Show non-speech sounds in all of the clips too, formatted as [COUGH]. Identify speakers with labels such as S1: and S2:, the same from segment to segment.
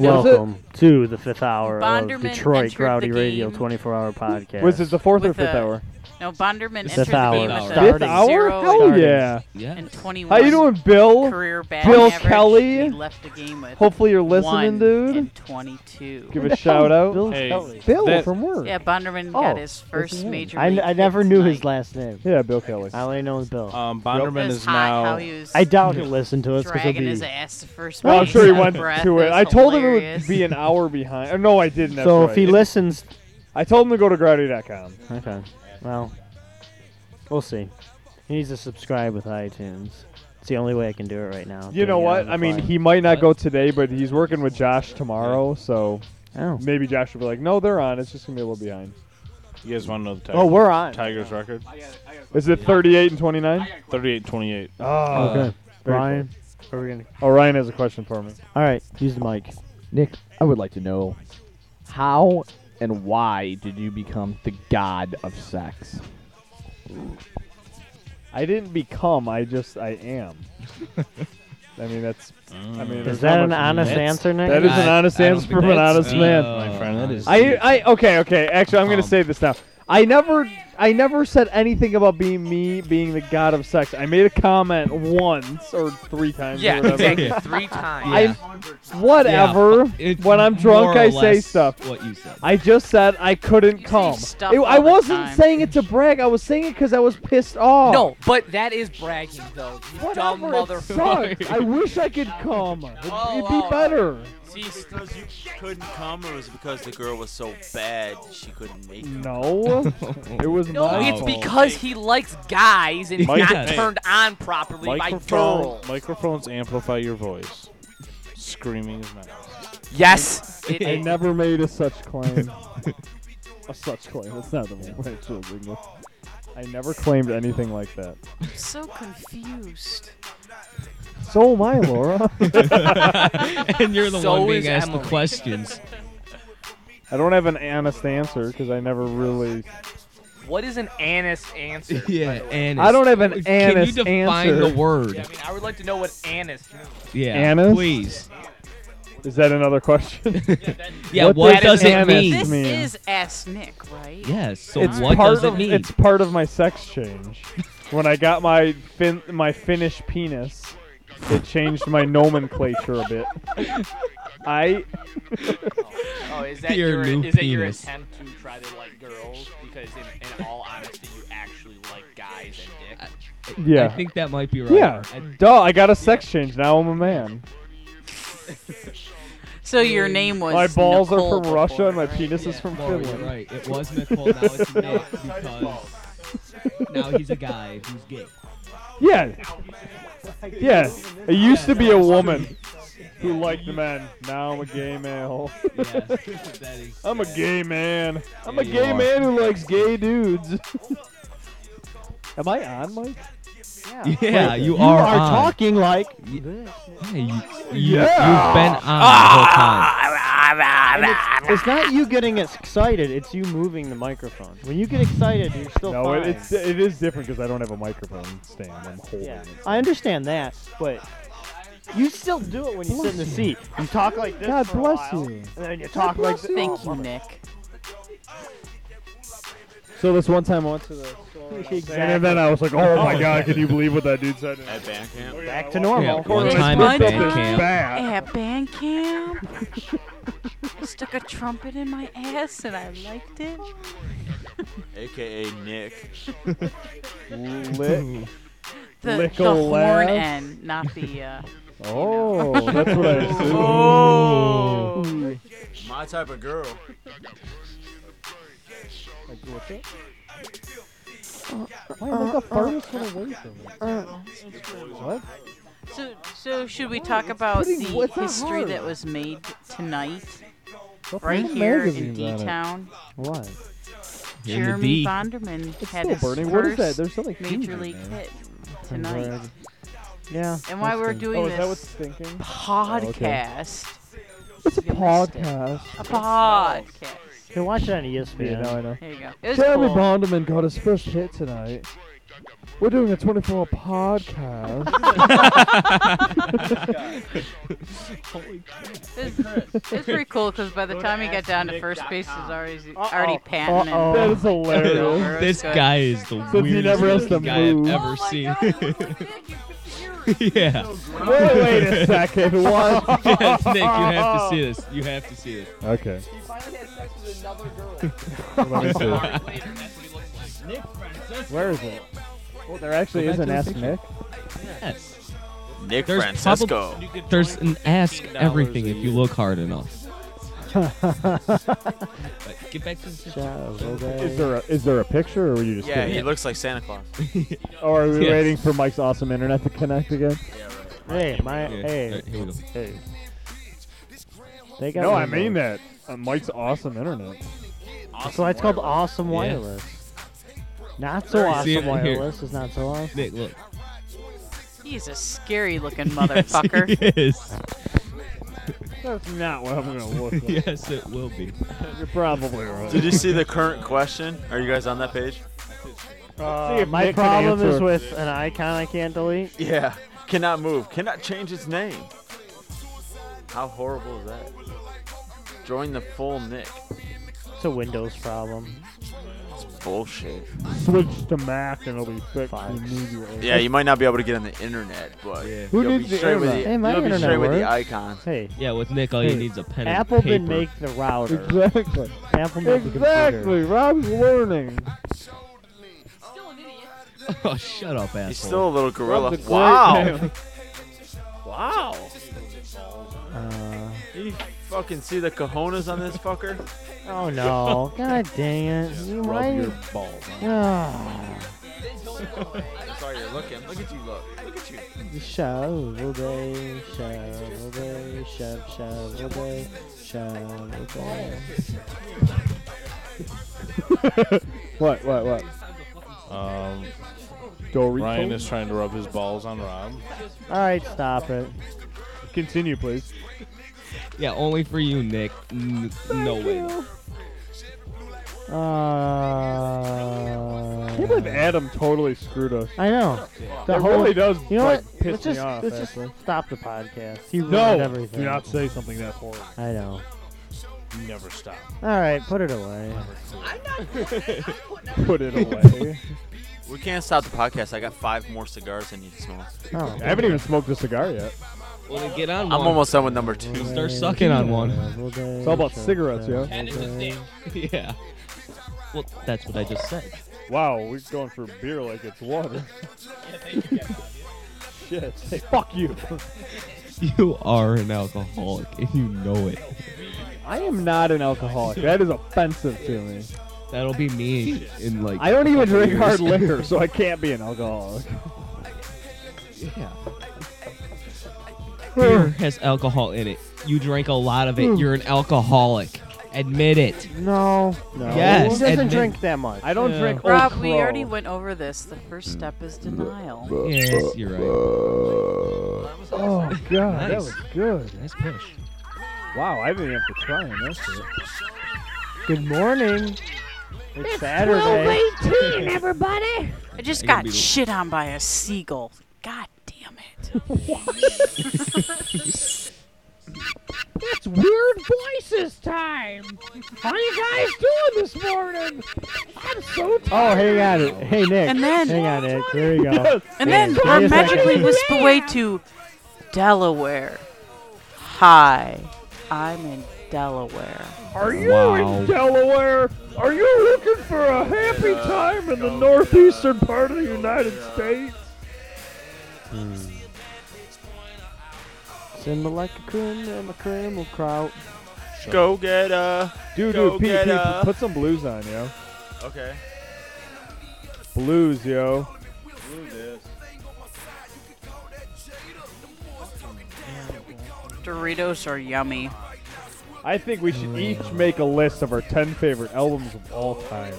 S1: knows
S2: Welcome to the fifth hour
S3: Bonderman
S2: of Detroit
S3: entered
S2: Rowdy
S3: the
S2: Radio
S3: game.
S2: 24 hour podcast.
S4: Was it the fourth or
S3: With
S4: fifth
S3: a-
S4: hour?
S3: No, Bonderman
S2: Fifth
S3: entered the
S2: hour.
S3: game with a
S4: Fifth
S2: Starting.
S4: hour?
S3: zero
S4: Hell
S2: Starting.
S4: yeah!
S1: Yeah.
S3: and 21
S4: How you doing, Bill?
S3: career batting
S4: Bill
S3: average.
S4: Kelly?
S3: He left the game with
S4: Hopefully you're
S3: one
S4: listening, dude.
S3: and 22.
S4: Give
S3: [LAUGHS]
S4: a shout out.
S2: Bill,
S5: Hey,
S2: Bill
S5: that-
S2: from work.
S3: yeah, Bonderman got
S2: Oh,
S3: his first
S2: him.
S3: major.
S2: I,
S3: league
S2: I
S3: hit
S2: never knew his
S3: tonight.
S2: last name.
S4: Yeah, Bill Kelly.
S2: I only know his Bill.
S4: Uh,
S5: Um,
S3: It
S5: Bonderman
S3: was
S5: is
S3: hot
S5: now.
S3: how he was
S2: I doubt he listened to us because he'll
S3: dragging
S2: be.
S3: his ass the first
S4: Well, Oh, I'm
S3: base
S4: sure he
S3: out of
S4: went
S3: breath.
S4: to it.
S3: was
S4: I told him it
S3: hilarious.
S4: would be an hour behind. Oh, no, I didn't. That's
S2: So
S4: right.
S2: if he listens,
S4: I told him to go to grouty.com.
S2: okay. Well, we'll see. He needs to subscribe with iTunes. It's the only way I can do it right now.
S4: You know what? I mean, he might not go today, but he's working with Josh tomorrow, so
S2: Oh,
S4: maybe Josh will be like, "No, they're on. It's just gonna be a little behind."
S5: You guys want to know the Tigers,
S2: oh we're on.
S5: Tigers record?
S4: Is it 38 and 29?
S5: 38-28.
S4: Oh,
S2: Okay.
S4: very
S2: Brian, are we gonna?
S4: Oh, Ryan has a question for me.
S2: All right, use the mic.
S6: Nick, I would like to know how and why did you become the god of sex?
S4: I didn't become. I just
S2: [LAUGHS]
S4: I am. I mean, that's. I mean,
S2: Is
S4: there's
S2: that
S4: not
S2: an
S4: much-
S2: honest
S1: That's-
S2: answer, Nick?
S4: That is an
S1: I-
S4: honest
S1: I don't
S4: answer
S1: think
S4: from an
S1: that's-
S4: honest
S1: uh,
S4: man.
S1: my friend, that is-
S4: I, I okay okay actually I'm gonna
S1: Um,
S4: say this now I never I never said anything about being me being the god of sex I made a comment once or three times or
S1: Yeah,
S4: whatever.
S1: exactly. Three times.
S4: I whatever
S1: It's
S4: when I'm
S1: more
S4: drunk
S1: or
S4: I say
S1: less
S4: stuff
S1: What you said.
S4: I just said I couldn't
S3: You say
S4: come
S3: stuff
S4: It- I
S3: all the
S4: wasn't
S3: time.
S4: saying it to brag I was saying it because I was pissed off
S1: No, but that is bragging, though. You dumb
S4: whatever it sucked. I
S1: motherfucker.
S4: wish I
S1: [LAUGHS]
S4: could come it'd,
S1: Oh,
S4: it'd
S1: wow.
S4: be better
S1: See,
S7: Because you couldn't come, or was it because the girl was so bad she couldn't make
S1: [LAUGHS]
S7: you?
S4: no it was
S1: No,
S4: my
S1: it's
S4: fault.
S1: because he likes guys and he's
S5: Mike-
S1: not
S5: Hey.
S1: turned on properly by
S5: Microphone,
S1: girls.
S5: microphones amplify your voice. Screaming is nice.
S1: Yes.
S3: It-
S4: I never made a such claim. [LAUGHS] a such claim. That's not the way it's English. I never claimed anything like that.
S3: I'm so confused.
S4: So am I, Laura.
S8: [LAUGHS] and you're the
S1: So
S8: one being
S1: is
S8: asked
S1: Emily.
S8: the
S1: [LAUGHS]
S8: questions.
S4: [LAUGHS] I don't have an honest answer because I never really.
S1: What is an anise answer?
S8: [LAUGHS]
S1: by
S8: yeah,
S1: the way?
S8: and
S4: I don't have an
S8: Can you
S4: honest
S8: define
S4: answer.
S8: the word?
S1: Yeah, I mean, I would like to know what anise means.
S8: Yeah,
S4: Anus?
S8: please.
S4: Is that another
S8: [LAUGHS]
S4: question?
S8: Yeah,
S4: What
S8: what,
S4: does
S8: does, it
S4: anus
S8: mean?
S3: This
S4: man.
S3: is ass Nick, right?
S8: Yes. So
S4: it's
S8: what
S4: part
S8: does
S4: of
S8: it mean?
S4: it's part of my sex change. When I got my fin my Finnish penis, it changed my nomenclature a bit. I
S1: Oh, is that
S8: Your
S1: your,
S8: new
S1: is that your
S8: penis.
S1: attempt to try to like girls? Because in, in all honesty, you actually like guys and dick.
S4: yeah
S8: I think that might be right.
S4: yeah.
S8: I-
S4: Duh! I got a sex change. Now I'm a man.
S3: So your name was
S4: My balls
S3: Nicole
S4: are from Russia and my
S3: before, right?
S4: penis is from
S8: Laura,
S4: Finland.
S8: Oh, you're right. It was Nicole. Now it's Nick because now he's a guy who's gay.
S4: Yeah. Yeah. It used to be a woman who liked men. Now I'm a gay male.
S8: Yes, that is.
S4: [LAUGHS] I'm a gay man. I'm a
S8: Yeah, you
S4: gay
S8: are.
S4: man who likes gay dudes. Am I on, Mike?
S8: Yeah, you,
S2: You
S8: are,
S2: are
S8: on.
S2: talking like.
S8: Yeah, you,
S4: Yeah.
S8: have been on
S2: And it's, it's not you getting excited, it's you moving the microphone. When you get excited, you're still
S4: No,
S2: fine.
S4: it, it's uh, it is different because I don't have a microphone stand. I'm holding
S2: yeah.
S4: it.
S2: I understand that, but you still do it when you sit in the seat. You talk like this
S4: God
S2: for a
S4: bless
S2: while,
S4: you.
S2: and then you talk like this.
S3: Thank you, Nick.
S4: So this one time I went to the
S2: Exactly.
S4: and then I was like, oh my god, can you believe what that dude said?
S7: At band camp?
S2: Back to normal.
S8: Yeah, one time
S3: One
S8: at band
S3: time.
S4: [LAUGHS]
S8: camp.
S4: Bad.
S3: At band camp, I stuck a trumpet in my ass and I liked it.
S7: AKA Nick.
S4: Lick.
S3: The, the
S4: Lickle
S3: horn
S4: laugh.
S3: end, not the. Uh,
S4: Oh, that's what I assumed.
S3: oh.
S7: My type of girl.
S3: So, so should we talk about
S4: putting-
S3: the
S4: what's that
S3: history
S4: hard?
S3: that was made tonight, right here in D Town?
S4: What?
S8: In the
S3: Jeremy
S8: D.
S3: Bonderman had
S4: Still
S3: his
S4: burning.
S3: first
S4: What is that? There's something huge
S3: major
S4: in
S3: league
S4: there.
S3: hit tonight.
S2: Yeah.
S3: And why we're
S4: Oh,
S3: doing
S4: is that what's
S3: this
S4: stinking?
S3: podcast?
S4: It's a
S3: You missed it.
S4: Oh,
S3: A podcast.
S2: You can watch it on E
S4: Yeah,
S2: ESPN.
S4: now I know.
S3: There you go. It was
S4: Jeremy
S3: cool.
S4: Bonderman got his first hit tonight. We're doing a 24 [LAUGHS] podcast.
S3: It's, it's pretty cool because by the time he got down to first base, he's already already panting
S4: Uh-oh. That
S3: and.
S4: is [LAUGHS] hilarious.
S8: This guy is the
S4: he
S8: weirdest
S4: never has to
S8: looking guy I've
S4: move.
S8: ever seen. [LAUGHS] yeah. [LAUGHS]
S4: wait, wait a [LAUGHS] second. What?
S8: Yes, Nick, you have to see this. You have to see this.
S4: Okay.
S8: Uh,
S4: Where is it? Well, there actually
S8: Go
S4: is
S8: back
S4: an
S8: to the
S4: Ask
S8: picture.
S4: Nick.
S8: [LAUGHS] Yes.
S7: Nick
S8: There's
S7: Francesco.
S8: There's an ask everything if you look hard enough. But get back to
S4: [LAUGHS]
S8: the picture.
S4: Is there a, is there a picture, or were you just
S7: yeah,
S4: kidding?
S7: he looks like Santa Claus.
S4: Or are we
S8: Yes.
S4: waiting for Mike's awesome internet to connect [LAUGHS] again?
S2: Hey, my
S8: Yeah,
S2: hey,
S8: alright, here we go.
S2: hey. They got
S4: No, I
S2: one of
S4: mean
S2: those.
S4: that. Uh, Mike's awesome internet.
S2: That's why it's called awesome wireless. Not so
S8: See
S2: awesome
S8: it right here.
S2: wireless is not so awesome.
S8: Nick, look.
S3: [LAUGHS] He's a scary looking motherfucker.
S8: [LAUGHS] Yes,
S4: That's not what I'm gonna look
S8: he is. yes, it will be.
S4: You're probably right.
S7: Did you see the current question? Are you guys on that page?
S2: Uh,
S4: See if
S2: my
S4: Nick can
S2: problem is
S4: answer.
S2: with an icon I can't delete.
S7: Yeah. Cannot move. Cannot change its name. How horrible is that? Join the full Nick.
S2: It's a Windows problem.
S7: Bullshit.
S4: Switch to Mac and it'll be fixed
S2: Fine.
S4: immediately.
S7: Yeah, you might not be able to get on the internet, but
S4: Who
S7: you'll be
S4: needs the
S7: straight with the,
S4: internet?
S2: Hey, my
S7: you'll be
S2: internet
S7: straight with the
S2: works.
S7: icons.
S2: Hey,
S8: Yeah, with Nick, all you
S2: Hey,
S8: need is a pen
S2: Apple
S8: and paper.
S2: didn't make the router.
S4: Exactly.
S2: Apple made the computer.
S4: [LAUGHS] Exactly. Rob's learning.
S8: [LAUGHS] oh, shut up, asshole.
S7: He's still a little gorilla.
S4: Rob's a great [LAUGHS] man.
S7: Wow. Wow.
S2: Uh,
S7: You fucking see the cojones on this fucker?
S2: oh no! God dang it! You
S5: Rub
S2: might.
S5: your balls.
S2: Ah,
S7: Sorry, you're looking. Look at you, look. Look at you.
S2: shovel day, shovel day, shove, shovel day, shovel day.
S4: [LAUGHS] What? What? What?
S5: Um,
S4: Go
S5: Ryan
S4: read.
S5: is trying to rub his balls on Rob.
S2: All right, stop it.
S4: Continue, please.
S8: Yeah, only for you, Nick. N- no way.
S2: Uh,
S4: I can't believe Adam totally screwed us.
S2: I know. The
S4: That
S2: whole,
S4: really does
S2: you know
S4: like,
S2: what?
S4: piss
S2: let's
S4: me
S2: just
S4: off.
S2: let's
S4: actually.
S2: just stop the podcast. He ruined
S4: no,
S2: everything.
S4: do not say something that horrible.
S2: I know.
S5: Never stop.
S2: All right, put it away.
S4: Put it
S5: [LAUGHS]
S4: away.
S7: We can't stop the podcast. I got five more cigars I need to smoke.
S2: Oh.
S4: I haven't even smoked a cigar yet.
S8: Well, then get on one.
S7: I'm almost done with number two.
S8: Start sucking on one.
S2: It's
S4: It's all about cigarettes, yo.
S8: [LAUGHS] yeah. Well, that's what I just said.
S4: Wow, we're going for beer like it's water. [LAUGHS] Shit. Hey, fuck you.
S8: [LAUGHS] You are an alcoholic, and you know it.
S4: I am not an alcoholic. That is offensive to me.
S8: That'll be me in like.
S4: I don't even
S8: couple
S4: drink
S8: years. [LAUGHS]
S4: hard liquor, so I can't be an alcoholic.
S8: Yeah. Beer has alcohol in it. You drank a lot of
S4: Hmm.
S8: it. You're an alcoholic.
S4: [LAUGHS]
S8: Admit it.
S2: No.
S4: No.
S8: Yes.
S2: He doesn't
S8: admit-
S2: drink that much.
S4: I don't
S8: Yeah.
S4: drink Old
S3: Rob, we
S4: Crow.
S3: already went over this. The first step is denial.
S8: Yes, you're right.
S4: Oh, God. That
S8: Nice.
S4: was good.
S8: Nice push.
S4: Wow, I didn't even have to try on that shit.
S2: Good morning. It's, Saturday.
S3: I just
S8: I gotta
S3: got
S8: be the-
S3: shit on by a seagull. God damn it.
S9: It's weird voices time. How you guys doing this morning? I'm so
S2: Oh,
S9: tired.
S2: hey, on. Hey, Nick.
S3: And then-
S2: Hang on, Nick. There you go.
S3: And then
S2: Yeah,
S3: we're
S2: yes, I can
S3: magically
S2: see.
S3: whisked away to Delaware. Hi, I'm in Delaware.
S4: Are you
S8: Wow.
S4: in Delaware? Are you looking for a happy time in the northeastern part of the United States?
S2: Send me like a cream and my cream will kraut.
S7: Go get uh
S4: Dude,
S7: Go
S4: dude, Pete,
S7: get
S4: Pete,
S7: a-
S4: put some blues on, yo.
S7: Okay.
S4: Blues, yo.
S3: Doritos are yummy.
S4: I think we
S2: Mm.
S4: should each make a list of our 10 favorite albums of all time.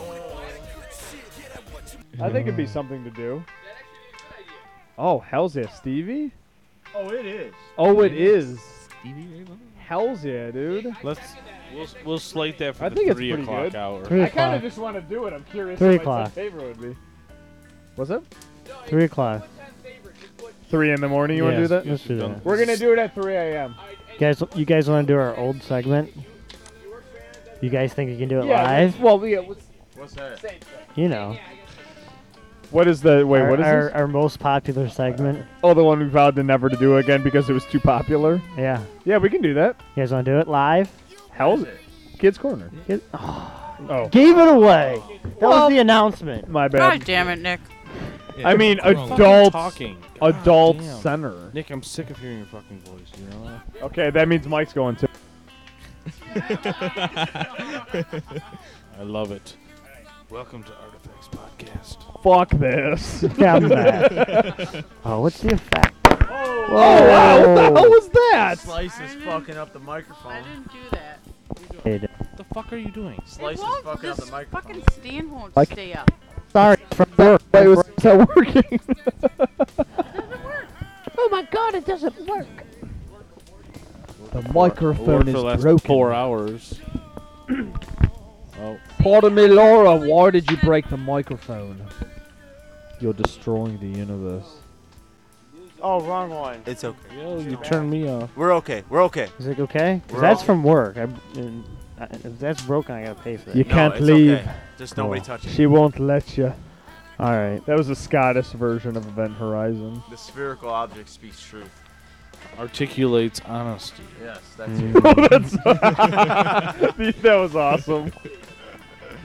S4: I think
S2: Mm.
S4: it'd be something to do. Oh, hell's yeah, Stevie? Oh, it is. Hell's yeah, dude.
S5: Let's we'll, we'll slate that for
S4: I
S5: the
S4: think it's
S5: three
S4: pretty
S5: o'clock
S4: good.
S5: hour.
S2: Three
S4: I kind
S2: o'clock.
S4: of just want to do it. I'm curious
S2: Three
S4: what my
S2: o'clock.
S4: favorite would be. What's up?
S2: Three o'clock.
S4: Three in the morning. You want
S2: yeah,
S4: to do that?
S2: Let's do that.
S4: We're gonna do it at 3 a.m.
S2: Guys, you guys want to do our old segment? You guys think you can do it
S4: Yeah,
S2: live?
S4: Well, yeah. what's-
S7: What's that?
S2: You know,
S4: What is the wait?
S2: our,
S4: what is
S2: our,
S4: this?
S2: our most popular segment.
S4: Oh, the one we vowed to never to do again because it was too popular.
S2: Yeah,
S4: Yeah, we can do that.
S2: you guys want to do it live?
S4: Hell's Kids Corner.
S2: Kid-
S4: oh,
S2: Gave it away. That
S3: Well-
S2: was the announcement.
S4: my
S3: God
S4: bad.
S3: damn it, Nick.
S4: I mean,
S5: Fucking
S4: adults,
S5: talking. God
S4: adult
S5: damn.
S4: center.
S5: Nick, I'm sick of hearing your fucking voice. You know.
S4: Okay, that means Mike's going to. [LAUGHS]
S5: I love it. Welcome to Artifacts Podcast.
S4: Fuck
S10: [LAUGHS]
S4: this.
S2: Damn that.
S4: [LAUGHS]
S2: oh, what's the effect?
S4: Oh wow! What the hell was that?
S7: Slice is fucking up the microphone.
S3: do that.
S5: The fuck are you doing?
S7: Slice is
S3: won't-
S7: fucking up the
S3: this
S7: microphone.
S3: fucking stand won't
S11: Like-
S3: stay up.
S2: Sorry, it's from work.
S11: Wait, was that working?
S10: [LAUGHS] Oh my god, it doesn't work.
S11: The
S5: Or
S11: microphone
S5: for the
S11: is
S5: last
S11: broken.
S5: four hours.
S11: Pardon me, Laura. Why did you break the microphone? You're destroying the universe.
S2: Oh, wrong one.
S7: It's okay.
S5: Yo, you turned me off.
S7: We're okay. We're okay.
S2: Is it okay? 'Cause
S7: We're
S2: that's
S7: all-
S2: from work. I, and I, if that's broken, I gotta pay for that.
S4: You
S7: No,
S4: can't
S7: it's
S4: leave.
S7: Okay. Just nobody touch it.
S4: She won't let you.
S2: All right.
S4: That was a Scottish version of Event Horizon.
S7: [LAUGHS] The spherical object speaks truth.
S5: Articulates honesty.
S7: Yes, that's
S4: Mm.
S7: it.
S4: that was awesome.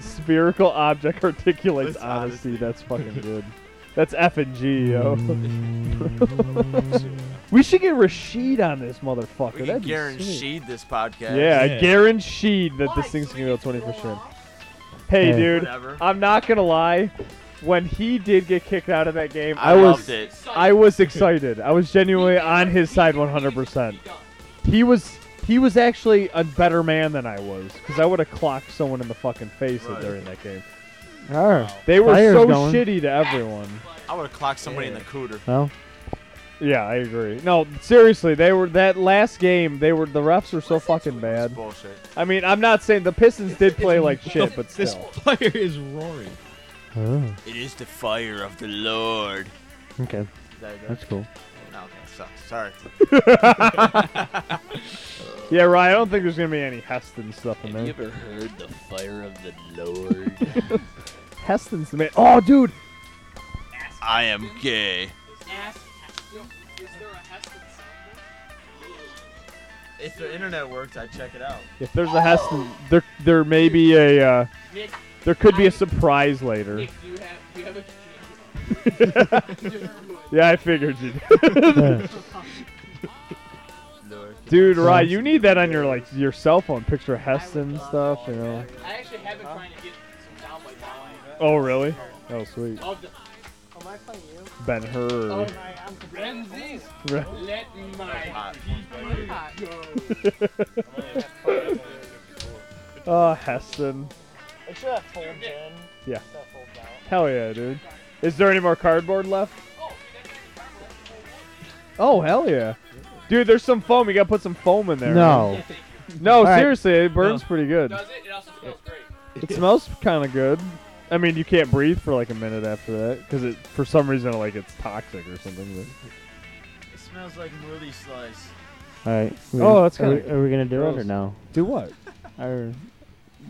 S4: Spherical object articulates
S7: That's
S4: honesty. That's fucking good. That's F and G, yo. we should get Rashid on this motherfucker.
S7: We can
S4: That'd be sweet.
S7: guarantee this podcast.
S4: Yeah,
S8: Yeah.
S4: guaranteed that this thing's gonna go 24/7. Hey,
S2: Hey.
S4: dude,
S7: Whatever.
S4: I'm not gonna lie. When he did get kicked out of that game, I,
S7: I, loved
S4: was
S7: it.
S4: I was excited. I was genuinely on his side 100%. He was he was actually a better man than I was because I would have clocked someone in the fucking face
S7: Right.
S4: during that game.
S2: Arr.
S4: They were
S2: Fire's
S4: so
S2: going.
S4: shitty to everyone.
S7: I would have clocked somebody in the cooter.
S2: Well,
S4: Yeah, I agree. No, seriously, they were that last game. They were the refs were so fucking
S7: It's
S4: bad.
S7: bullshit.
S4: I mean, I'm not saying the Pistons did play like shit, but
S8: [LAUGHS] this
S4: still.
S8: player is roaring.
S2: oh,
S7: It is the fire of the Lord.
S2: okay.
S7: There you go.
S2: That's cool.
S7: No, okay, sucks. Sorry.
S4: Yeah, right. I don't think there's gonna be any Heston stuff in there.
S12: ever heard the fire of the Lord?
S4: [LAUGHS] Heston's the man. Oh, dude,
S7: I am gay. If the internet works, I check it out.
S4: if there's a Heston, there there may be a uh, there could be a surprise later. [LAUGHS] Yeah, I figured you.
S7: Lord.
S4: [LAUGHS] Dude, right? You need that on your like your cell phone. Picture of Heston and stuff, you know.
S1: I actually have been trying to get some cowboy now.
S4: Oh, really? Oh, sweet.
S1: Of the
S4: Ben Hur.
S1: Ramses,
S4: [LAUGHS] Right.
S1: let my
S7: Hot.
S3: Hot.
S1: go.
S4: Oh, Heston. Yeah. Hell yeah, dude. Is there any more cardboard left? Oh, hell yeah. Dude, there's some foam. You gotta put some foam in there.
S2: No.
S4: No,
S2: right.
S4: seriously, it burns pretty good.
S1: Does it? It also smells great.
S4: It smells kind of good. I mean, you can't breathe for like a minute after that because it, for some reason, like it's toxic or something.
S7: It smells like movie slice.
S2: All right. We-
S4: Oh, that's
S2: are we-
S4: kinda
S2: Are we gonna do it or
S4: gross.
S2: no?
S4: But do what?
S2: Or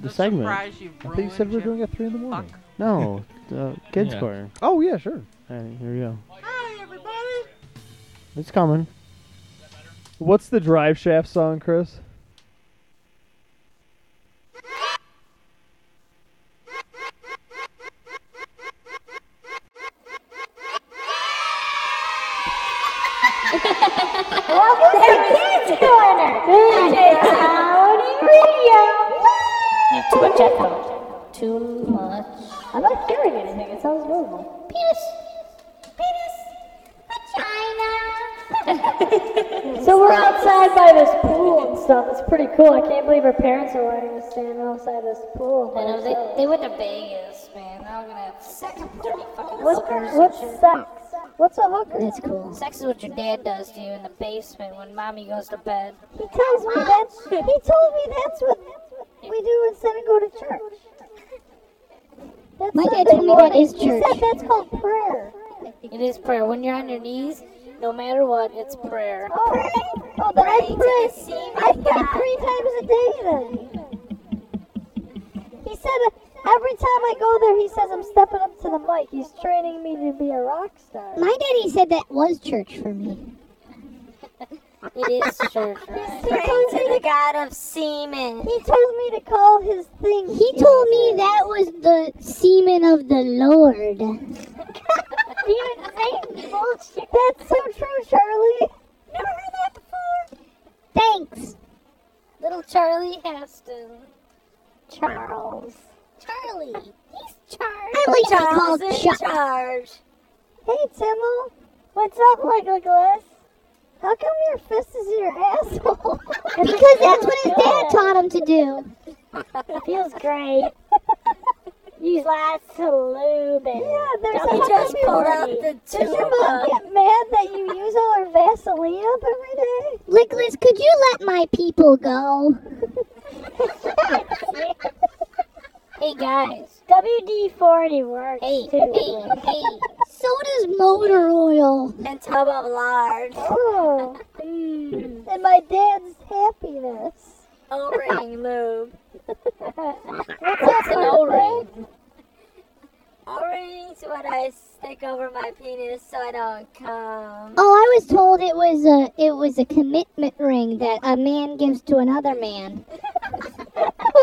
S2: the
S3: I'm
S2: segment?
S3: surprised you
S11: I thought you said we were doing it at three in the morning.
S3: Fuck.
S2: No. The kids
S8: Yeah.
S2: corner.
S4: Oh yeah, sure.
S2: All right, here we go.
S3: Hi, everybody.
S2: It's coming.
S4: What's the Drive Shaft song, Chris?
S13: Too much echo. Too much. I like hearing anything. It sounds normal. Penis. Penis. Vagina. so we're outside by this pool and stuff. It's pretty cool. I can't believe our parents are letting us stand outside this pool. I know they, they went to Vegas, man. Now we're gonna have sex with dirty fucking what, hookers. What's sex? What's a hooker? That's cool. Sex is what your dad does to you in the basement when mommy goes to bed. He tells me that's. He told me that's what we do instead of go to church. My dad told me that is church. He said that's called prayer.
S14: It is prayer. When you're on your knees, no matter what, it's prayer.
S13: Oh, but I pray. I pray three times a day then. He said uh, every time I go there, he says I'm stepping up to the mic. He's training me to be a rock star.
S15: My daddy said that was church for me.
S14: It is church.
S13: He told me the god of semen. He told me to
S15: Call his thing. He told me that was the semen of the Lord.
S13: even say bullshit. That's so true, Charlie. Never heard that before.
S15: Thanks.
S14: Little Charlie Heston.
S15: Charles.
S14: Charlie. He's Charlie.
S15: I like to be
S13: Charles
S15: called
S13: in
S15: Char-
S13: charge. Hey, Timmel. What's up, Michael Glass? How come your fist is in your asshole?
S15: Because that's what his dad taught him to do.
S13: It feels great. Use last lube and yeah, there's
S14: Don't
S13: a-
S14: just pull out
S13: Does
S14: the
S13: your mom
S15: tube.
S13: get mad that you use all her Vaseline up every day?
S15: Nicholas, could you let my people
S13: [LAUGHS]
S15: go?
S14: Hey guys.
S13: WD 40 works.
S14: Hey,
S13: too.
S14: hey, hey.
S15: So does motor oil.
S13: And tub of lard. Oh. and my dad's happiness.
S14: O-ring
S13: [LAUGHS]
S14: lube.
S13: What's
S14: an
S13: an
S14: O-ring? O-ring's what I stick over my penis so I don't come.
S15: Oh, I was told it was a it was a commitment ring that a man gives to another man.
S14: [LAUGHS]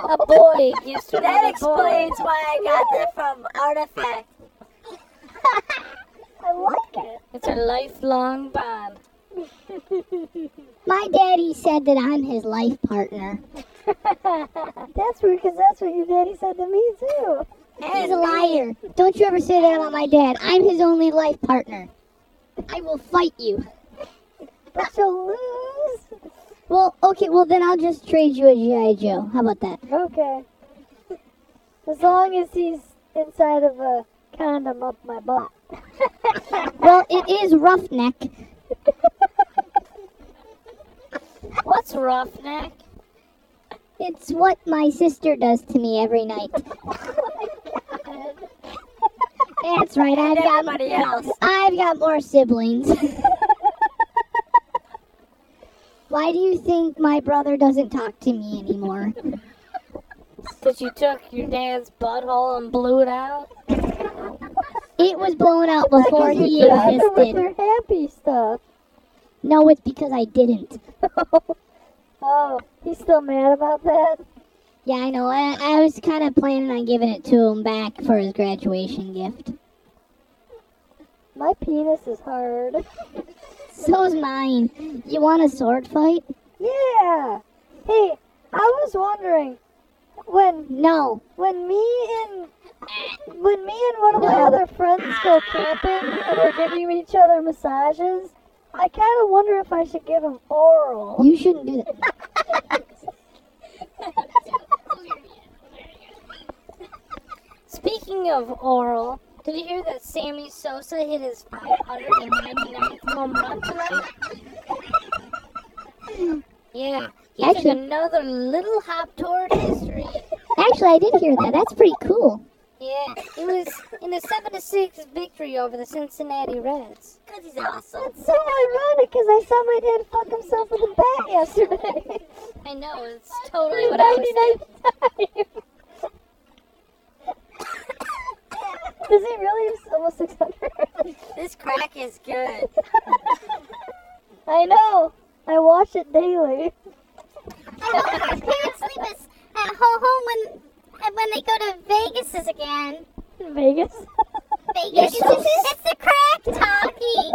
S14: A boy gives to
S13: That
S14: another boy.
S13: explains why I got that from
S15: [LAUGHS]
S13: Artifact. I like it.
S14: It's a lifelong bond.
S15: [LAUGHS] My daddy said that I'm his life
S14: [LAUGHS]
S15: partner.
S13: that's weird because that's what your daddy said to me, too.
S15: He's a liar. Don't you ever say that about my dad. I'm his only life partner. I will fight you.
S13: But you'll lose.
S15: Well, okay, well then I'll just trade you a GI Joe. How about that?
S13: Okay. As long as he's inside of a condom up my butt.
S15: [LAUGHS] Well, it is roughneck.
S14: What's roughneck?
S15: It's what my sister does to me every night. That's right. I've got
S14: everybody else.
S15: I've got more
S14: [LAUGHS]
S15: siblings. Why do you think my brother doesn't talk to me
S14: [LAUGHS]
S15: anymore?
S14: Because you took your dad's butthole and blew it out?
S15: It was blown out before he
S13: with
S15: existed.
S13: your happy stuff.
S15: No, it's because
S14: [LAUGHS]
S15: I didn't.
S13: Oh, he's still mad about that?
S15: Yeah, I know. I, I was kind of planning on giving it to him back for his graduation gift.
S13: My penis is hard.
S15: [LAUGHS] So is mine. You want a sword fight?
S13: Yeah. Hey, I was wondering when
S15: no
S13: when me and when me and one of my other friends go camping and we're giving each other massages, I kind of wonder if I should give them oral.
S15: You shouldn't do that.
S14: Speaking of oral, did you hear that Sammy Sosa hit his 599th home run tonight? Yeah, he
S15: Actually-
S14: took another little hop toward history.
S15: Actually, I did hear that. That's pretty cool.
S14: Yeah, it was in a 7-6 victory over the Cincinnati Reds. Because he's awesome.
S13: It's so ironic because I saw my dad fuck himself with a bat yesterday.
S14: [LAUGHS] I know, it's totally what I
S13: [LAUGHS]
S14: was
S13: Does he really have almost 600?
S14: This crack is good.
S13: I know. I watch it daily.
S15: parents leave us at ho- home when when they go to Vegas again.
S13: Vegas.
S15: Vegas,
S13: Yes, so-
S15: it's the crack talking.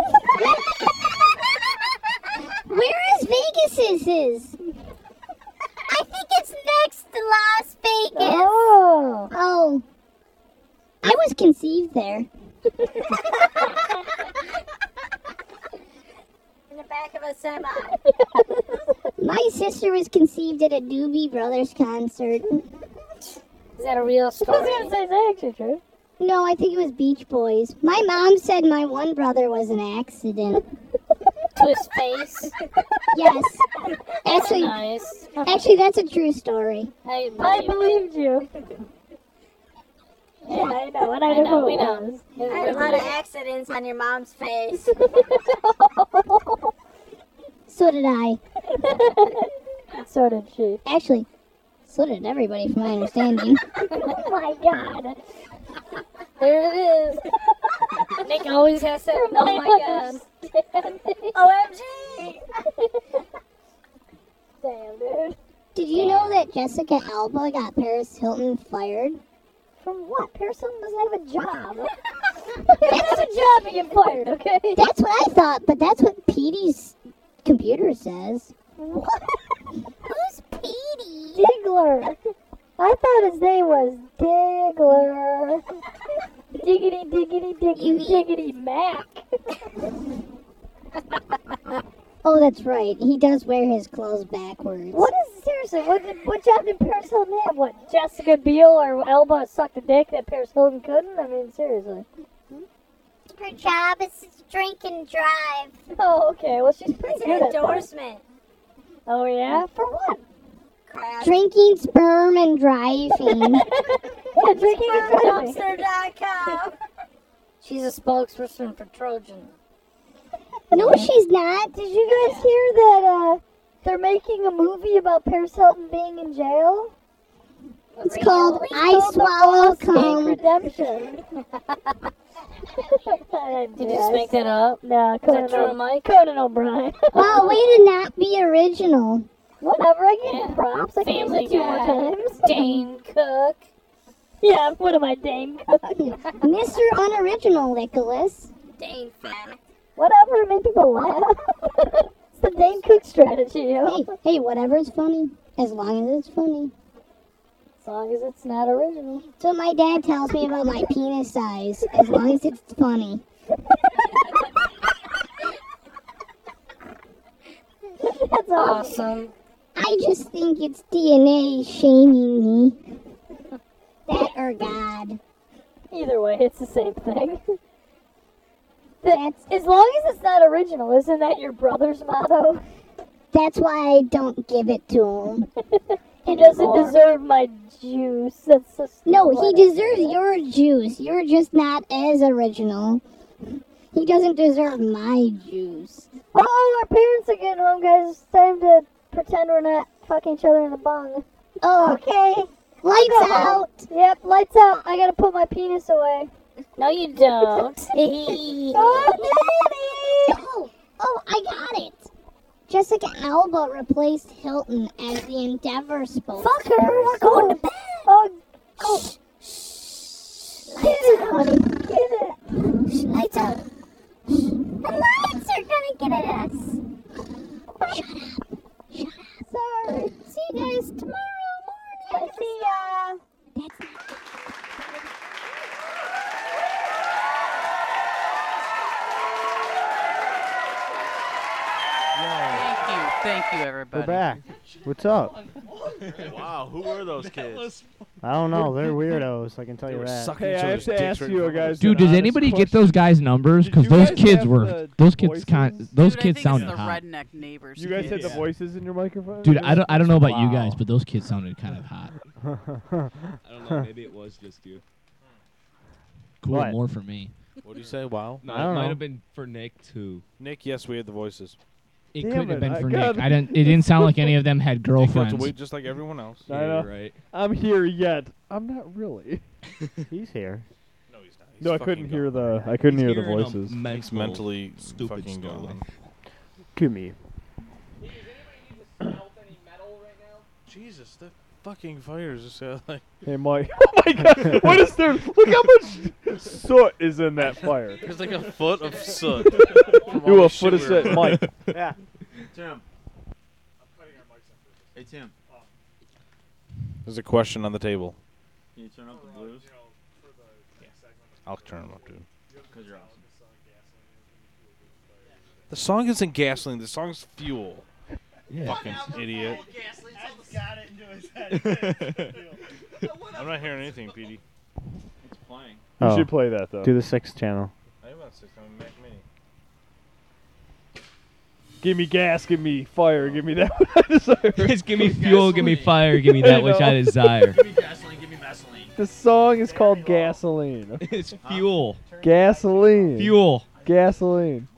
S15: Where is Vegas? Is I think it's next to Las Vegas.
S13: Oh.
S15: Oh, I was conceived there.
S14: In the back of a semi.
S15: My sister was conceived at a Doobie Brothers concert.
S14: Is that a real
S13: I was
S14: story?
S13: gonna say, is that actually true?
S15: No, I think it was Beach Boys. My mom said my one brother was an accident.
S14: to his face.
S15: Yes. Actually,
S14: nice.
S15: actually, that's a true story.
S14: I
S13: I
S14: believe.
S13: believed you. Yeah, I know, and I,
S15: I
S13: don't
S15: know,
S13: know
S15: we
S13: what
S15: know.
S13: it was.
S15: I had a lot of accidents on your mom's face.
S13: [LAUGHS] So did
S15: [LAUGHS]
S13: I. so did she. Actually, so did everybody from my
S15: [LAUGHS]
S13: understanding. oh my god.
S15: there it is. Nick always has to. Oh my god. OMG!
S13: Damn, dude. Did you know that Jessica Alba got Paris Hilton fired? From what? Paris Hilton doesn't have a job. [LAUGHS] that's a job to get fired, okay? That's what I thought, but that's what Petey's computer says. What? [LAUGHS] Who's Petey? Diggler. I thought his name was [LAUGHS] Diggler. diggity, diggity, diggity, diggity, Mac. Oh, that's right. He does wear his clothes backwards.
S15: What is seriously? What, did, what job did Paris Hilton have? What Jessica Biel or Elba sucked a dick that Paris Hilton couldn't? I mean, seriously.
S13: Her job is to drink and drive. Oh, okay. Well, she's pretty
S15: It's
S13: good
S15: an
S13: at that.
S15: endorsement.
S13: Oh, yeah? For what?
S15: Crap.
S13: Drinking sperm
S15: [LAUGHS]
S13: and driving. yeah, drinking and driving.
S15: Dumpster.com. She's a spokesperson for Trojan.
S13: No, she's not. Did you guys hear that uh, they're making a movie about Paris Hilton being in jail? It's called I Swallow Cum [LAUGHS] Redemption.
S15: Did you just make that up?
S13: No,
S15: Is that
S13: Conan,
S15: true,
S13: O-
S15: Mike?
S13: Conan [LAUGHS] O'Brien. wow, way to not be original. Whatever, I get props. I can
S15: Family
S13: it two more
S15: Guy.
S13: [LAUGHS] times.
S15: Dane Cook.
S13: Yeah, what am I, Dame [LAUGHS] Cook? Mr. Unoriginal, Nicholas.
S15: Dane Fat.
S13: Whatever, make people laugh. [LAUGHS] it's the Dame Cook strategy. Hey, hey, whatever's funny, as long as it's funny. As long as it's not original. That's what my dad tells me about my penis size. As long as it's funny. [LAUGHS] That's awesome. I just think it's DNA shaming [LAUGHS] me. That or God.
S15: Either way, it's the same thing.
S13: That's,
S15: As long as it's not original, isn't that your brother's motto?
S13: that's why I don't give it to him.
S15: [LAUGHS] He doesn't deserve my juice. That's so stupid.
S13: No, he deserves your juice. You're just not as original. He doesn't deserve my juice.
S15: Oh, our parents are getting home, guys. It's time to pretend we're not fucking each other in the bung.
S13: Oh,
S15: Okay.
S13: lights
S15: I'll go home.
S13: out.
S15: Yep, lights out. I gotta put my penis away. No, you don't.
S13: [LAUGHS] oh, Daddy! Oh, oh, I got it. Jessica Alba replaced Hilton as the Endeavor spokesperson. Fuck her. We're going to bed. Oh, oh.
S15: lights out. The lights are gonna get at us. Shut up. Shut up. Sorry. See you guys tomorrow morning. See ya.
S3: Thank you, thank you, everybody.
S2: We're back. What's up?
S7: wow, who were those kids?
S2: I don't know. They're weirdos. I can tell you that.
S4: Hey, I have to ask you guys.
S6: Dude, does anybody get those guys' numbers? Because
S4: you
S6: those
S4: guys
S6: kids
S4: have
S6: were
S4: the
S6: those kids kind those kids sounded
S3: the
S6: hot.
S3: redneck neighbors.
S4: You guys had the
S3: Yeah. [LAUGHS]
S4: voices in your microphone.
S6: Dude, I don't I don't know about you guys, but those kids sounded kind of hot.
S8: I don't know. Maybe it was just you.
S6: Cool,
S5: What?
S6: more for me.
S5: What do you say? Wow.
S8: No, it might have been for Nick too.
S5: Nick, yes, we had the voices.
S6: It
S4: Damn
S6: couldn't have
S4: it,
S6: been
S4: I
S6: for
S4: got
S6: Nick.
S4: it.
S6: I didn't. It didn't sound like any of them had
S5: Nick got to
S6: girlfriends.
S5: wait just like everyone else.
S4: I know.
S8: right.
S4: I'm here yet. I'm not really.
S2: He's here.
S4: No, I couldn't hear the. Oh, I couldn't hear the
S8: hearing 'em
S4: voices.
S8: mental,
S5: Nick's mentally fucking
S8: stuff.
S5: gone.
S2: To me.
S5: Jesus, the fucking fires just sound like.
S4: Hey, Mike. Oh
S2: [LAUGHS]
S4: my [LAUGHS] God! What is there? Look how much soot is in that fire.
S5: There's like a foot of soot.
S4: Ooh, a foot of soot, Mike.
S7: Yeah. Tim. Hey, Tim.
S5: [LAUGHS] There's a question on the table.
S7: Can you turn up the blues?
S5: I'll turn them up, dude.
S7: Because you're awesome.
S5: The song isn't gasoline. The song's fuel.
S16: [LAUGHS]
S5: Fucking idiot. [LAUGHS] I'm not hearing anything, PD.
S7: It's playing.
S4: You
S2: Oh.
S4: should play that though.
S2: Do the sixth channel.
S5: I have about six on Mac Mini.
S4: Give me gas, give me fire, give me that [LAUGHS] what I
S2: [LAUGHS]
S4: desire. [LAUGHS]
S6: Just give me fuel, give me fire, give me
S4: I
S6: that which I
S4: [LAUGHS] know.
S6: desire.
S7: Give me gasoline, give me Vaseline.
S4: The song is called Gasoline.
S16: It's fuel.
S4: Gasoline.
S16: Fuel.
S4: Gasoline.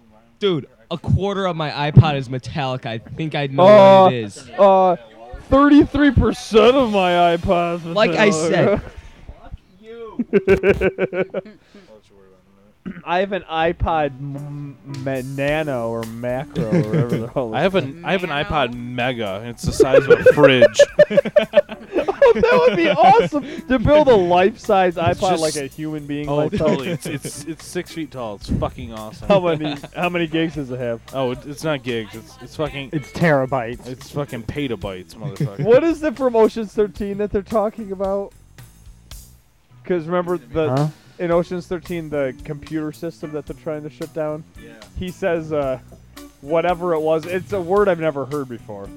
S16: Dude, a quarter of my iPod is metallic. I think I know
S4: Uh,
S16: what it
S4: [LAUGHS]
S16: is.
S4: uh, 33% of my iPods.
S16: Like I said.
S5: [LAUGHS]
S4: I have an iPod m- m- Nano or Macro or whatever the hell.
S5: [LAUGHS] I have an I have an iPod Mega. and It's the size of a fridge.
S4: that would be awesome
S5: [LAUGHS]
S4: to build a life-size iPod
S5: It's just-
S4: like a human being.
S5: [LAUGHS] Oh,
S4: life-size.
S5: totally. It's, it's it's six feet tall. It's fucking
S4: [LAUGHS]
S5: awesome.
S4: How many- how many gigs does it have?
S5: Oh, it, it's not gigs. It's it's fucking.
S2: It's terabytes.
S5: It's fucking petabytes, motherfucker.
S4: what is the from Ocean's 13 that they're talking about? Because remember the
S2: Huh?
S4: in Ocean's 13 the computer system that they're trying to shut down. Yeah. He says uh, whatever it was. It's a word I've never heard before.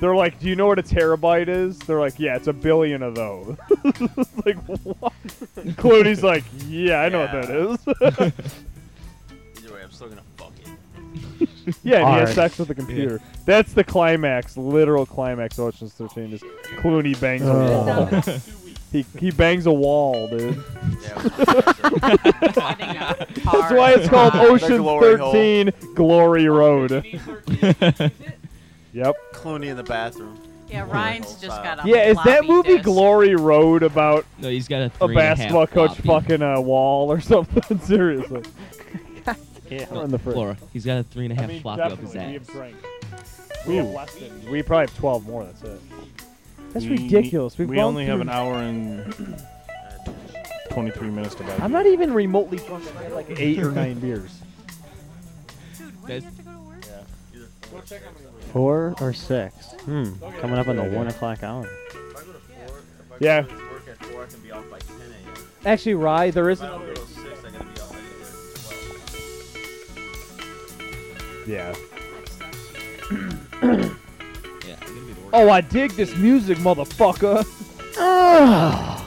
S4: They're like, do you know what a terabyte is? They're like, yeah, it's a billion of those. [LAUGHS] It's like what? [LAUGHS] Clooney's like, yeah, I know what that
S7: Either way, I'm still gonna fuck it.
S4: is. [LAUGHS] yeah, and he has
S2: Alright.
S4: sex with the computer. That's the climax, literal climax. of Ocean's 13 is Clooney bangs a
S2: Oh.
S4: wall. he he bangs a wall, dude. That's why it's
S3: [LAUGHS]
S4: called
S7: Their
S4: Ocean
S7: glory hole.
S4: 13 Glory Road. yep.
S7: Clooney in the bathroom.
S3: Yeah, Ryan's just got a
S4: Yeah, is that
S3: floppy
S4: movie
S3: disk.
S4: Glory Road about
S16: No, he's got a three
S4: a
S16: and a half
S4: basketball coach
S16: floppy.
S4: fucking a wall or [LAUGHS] something? Seriously.
S2: Yeah.
S4: Or in the fridge.
S16: Laura, he's got a three and a half floppy up his ass.
S4: drank.
S5: We have
S4: less than. We probably have 12 more. That's it. That's
S5: We-
S4: ridiculous. We've
S5: we
S4: gone
S5: only have
S4: through-
S5: an hour and twenty-three minutes to buy.
S4: I'm not even remotely drunk. I had like [LAUGHS] eight or nine beers.
S2: Four or six? Hmm. Coming up on the
S4: Good idea.
S2: one o'clock hour.
S4: Yeah.
S7: Work at four, I can be off by 10 a.m.
S4: Actually, Rye, there is.
S7: If I don't go till six, I gotta be off by 8
S4: Yeah.
S16: Yeah, I'm gonna be the worst.
S4: Oh, I dig this music, motherfucker. I,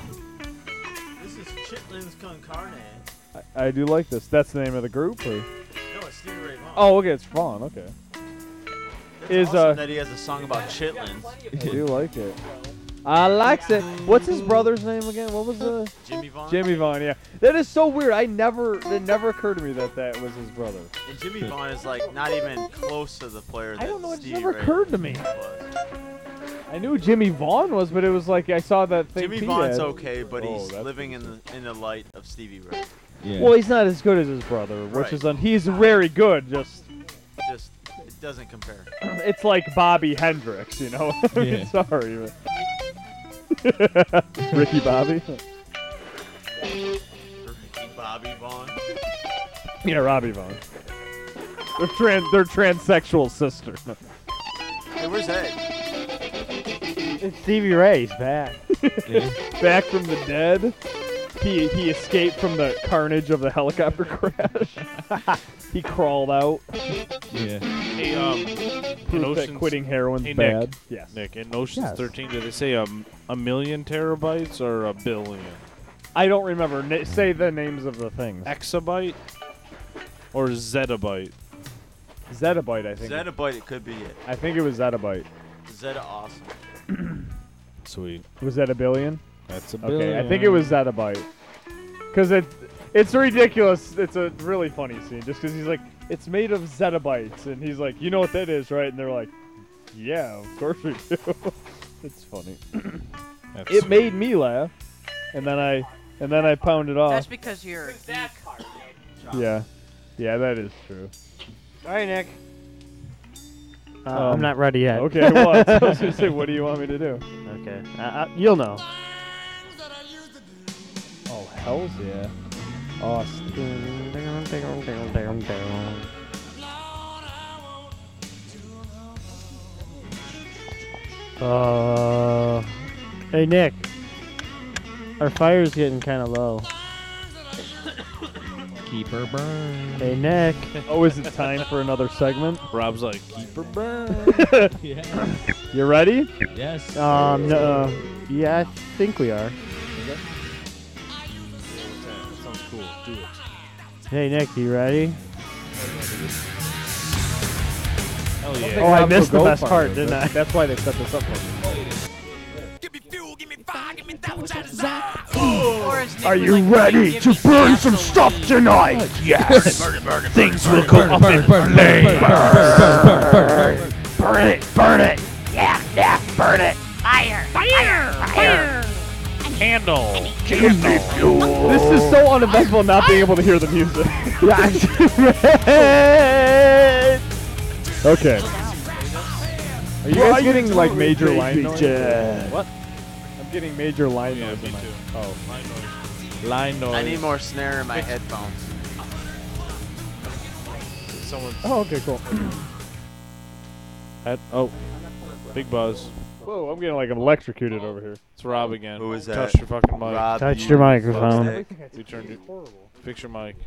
S7: This is Chitlin's Con Carne.
S4: I do like this. That's the name of the group, or?
S7: No, it's Stevie Ray Vaughan.
S4: Oh, okay, it's Fawn. Okay.
S7: That's
S4: is,
S7: awesome
S4: uh,
S7: that he has a song about chitlins.
S4: I do
S16: [LAUGHS]
S4: like it. I likes it. What's his brother's name again? What was the
S7: Jimmy Vaughn.
S4: Jimmy Vaughn? Yeah, that is so weird. I never, it never occurred to me that that was his brother.
S7: And Jimmy Vaughn is like not even close to the player that
S4: I don't know. It's
S7: Stevie
S4: never
S7: Ray
S4: occurred to me.
S7: was.
S4: I knew Jimmy Vaughn was, but it was like I saw that thing.
S7: Jimmy
S4: Pete
S7: Vaughn's
S4: had.
S7: okay, but
S4: Oh,
S7: he's
S4: that's-
S7: living in the in the light of Stevie Ray.
S16: Yeah.
S4: Well, he's not as good as his brother, which
S7: Right.
S4: is un- he's very good. Just
S7: Just it doesn't compare.
S4: it's like Bobby Hendricks, you know. [LAUGHS] I mean,
S16: Yeah.
S4: Sorry. but- [LAUGHS] Ricky Bobby.
S7: Ricky Bobby Vaughn.
S4: Yeah, Robbie Vaughn. They're trans. They're transsexual sister. [LAUGHS]
S7: Hey, where's Ed?
S2: It's Stevie Ray's back.
S4: Back from the dead. He he escaped from the carnage of the helicopter [LAUGHS] crash. he crawled out.
S16: Yeah.
S5: Hey, um, in
S4: Proof that
S5: Ocean's-
S4: quitting heroin's
S5: hey,
S4: bad.
S5: Nick,
S4: Yes.
S5: Nick, in Ocean's
S4: Yes.
S5: 13, did they say um, a million terabytes or a billion?
S4: I don't remember. N- say the names of the things.
S5: Exabyte or zettabyte?
S4: Zettabyte, I think.
S7: Zeta Bite, it could be it.
S4: I think it was zettabyte.
S7: Zeta Awesome.
S5: Sweet.
S4: Was that a billion?
S5: That's a billion.
S4: Okay, I think it was zettabyte. Cause it, it's ridiculous. It's a really funny scene. Just cause he's like, it's made of zettabytes, and he's like, you know what that is, right? And they're like, yeah, of course we do. [LAUGHS] it's funny.
S5: That's
S4: It
S5: sweet.
S4: made me laugh, and then I, and then I pounded off.
S3: That's because you're.
S4: yeah, yeah, that is true.
S2: All right, Nick. Uh,
S4: Um,
S2: I'm not ready yet.
S4: Okay, well, I was gonna say, what do you want me to do?
S2: Okay. Uh, uh, you'll know.
S4: Oh hell's yeah, Austin.
S2: Uh, hey Nick, our fire's getting kind of low.
S16: Keep her
S2: [LAUGHS]
S16: burn.
S2: Hey Nick,
S4: Oh, is it time for another segment?
S5: Rob's like, keep her burn.
S16: Yeah.
S4: You ready?
S16: Yes.
S2: um, no, uh, yeah, I think we are.
S5: That sounds cool. Do it.
S2: Hey Nick, you ready?
S5: Hell yeah.
S2: Oh, I missed the best part, didn't I?
S4: That's why they set this up for me.
S17: Give me fuel, give me fire, give me
S18: Are you ready to burn some stuff tonight? Yes. Things will go up in flames. Burn, burn it, burn it.
S15: Yeah, yeah, burn it. Fire! Fire! Fire!
S4: Handle. This is so uneventful not being able to hear the music. [LAUGHS] okay. Are you
S18: Well,
S4: guys
S18: you
S4: getting like
S18: totally
S4: major
S18: made
S4: line
S18: me
S4: noise?
S18: dead.
S4: What? I'm getting major line noise. in my- Oh. Line noise.
S7: I need more snare in my headphones. Someone.
S4: Oh, okay, cool. That- oh, big buzz. Whoa, I'm getting like electrocuted over here.
S5: It's Rob again.
S7: Who is that?
S5: Touch your fucking mic.
S7: Rob,
S2: Touch your microphone.
S5: You turned it. Fix your mic.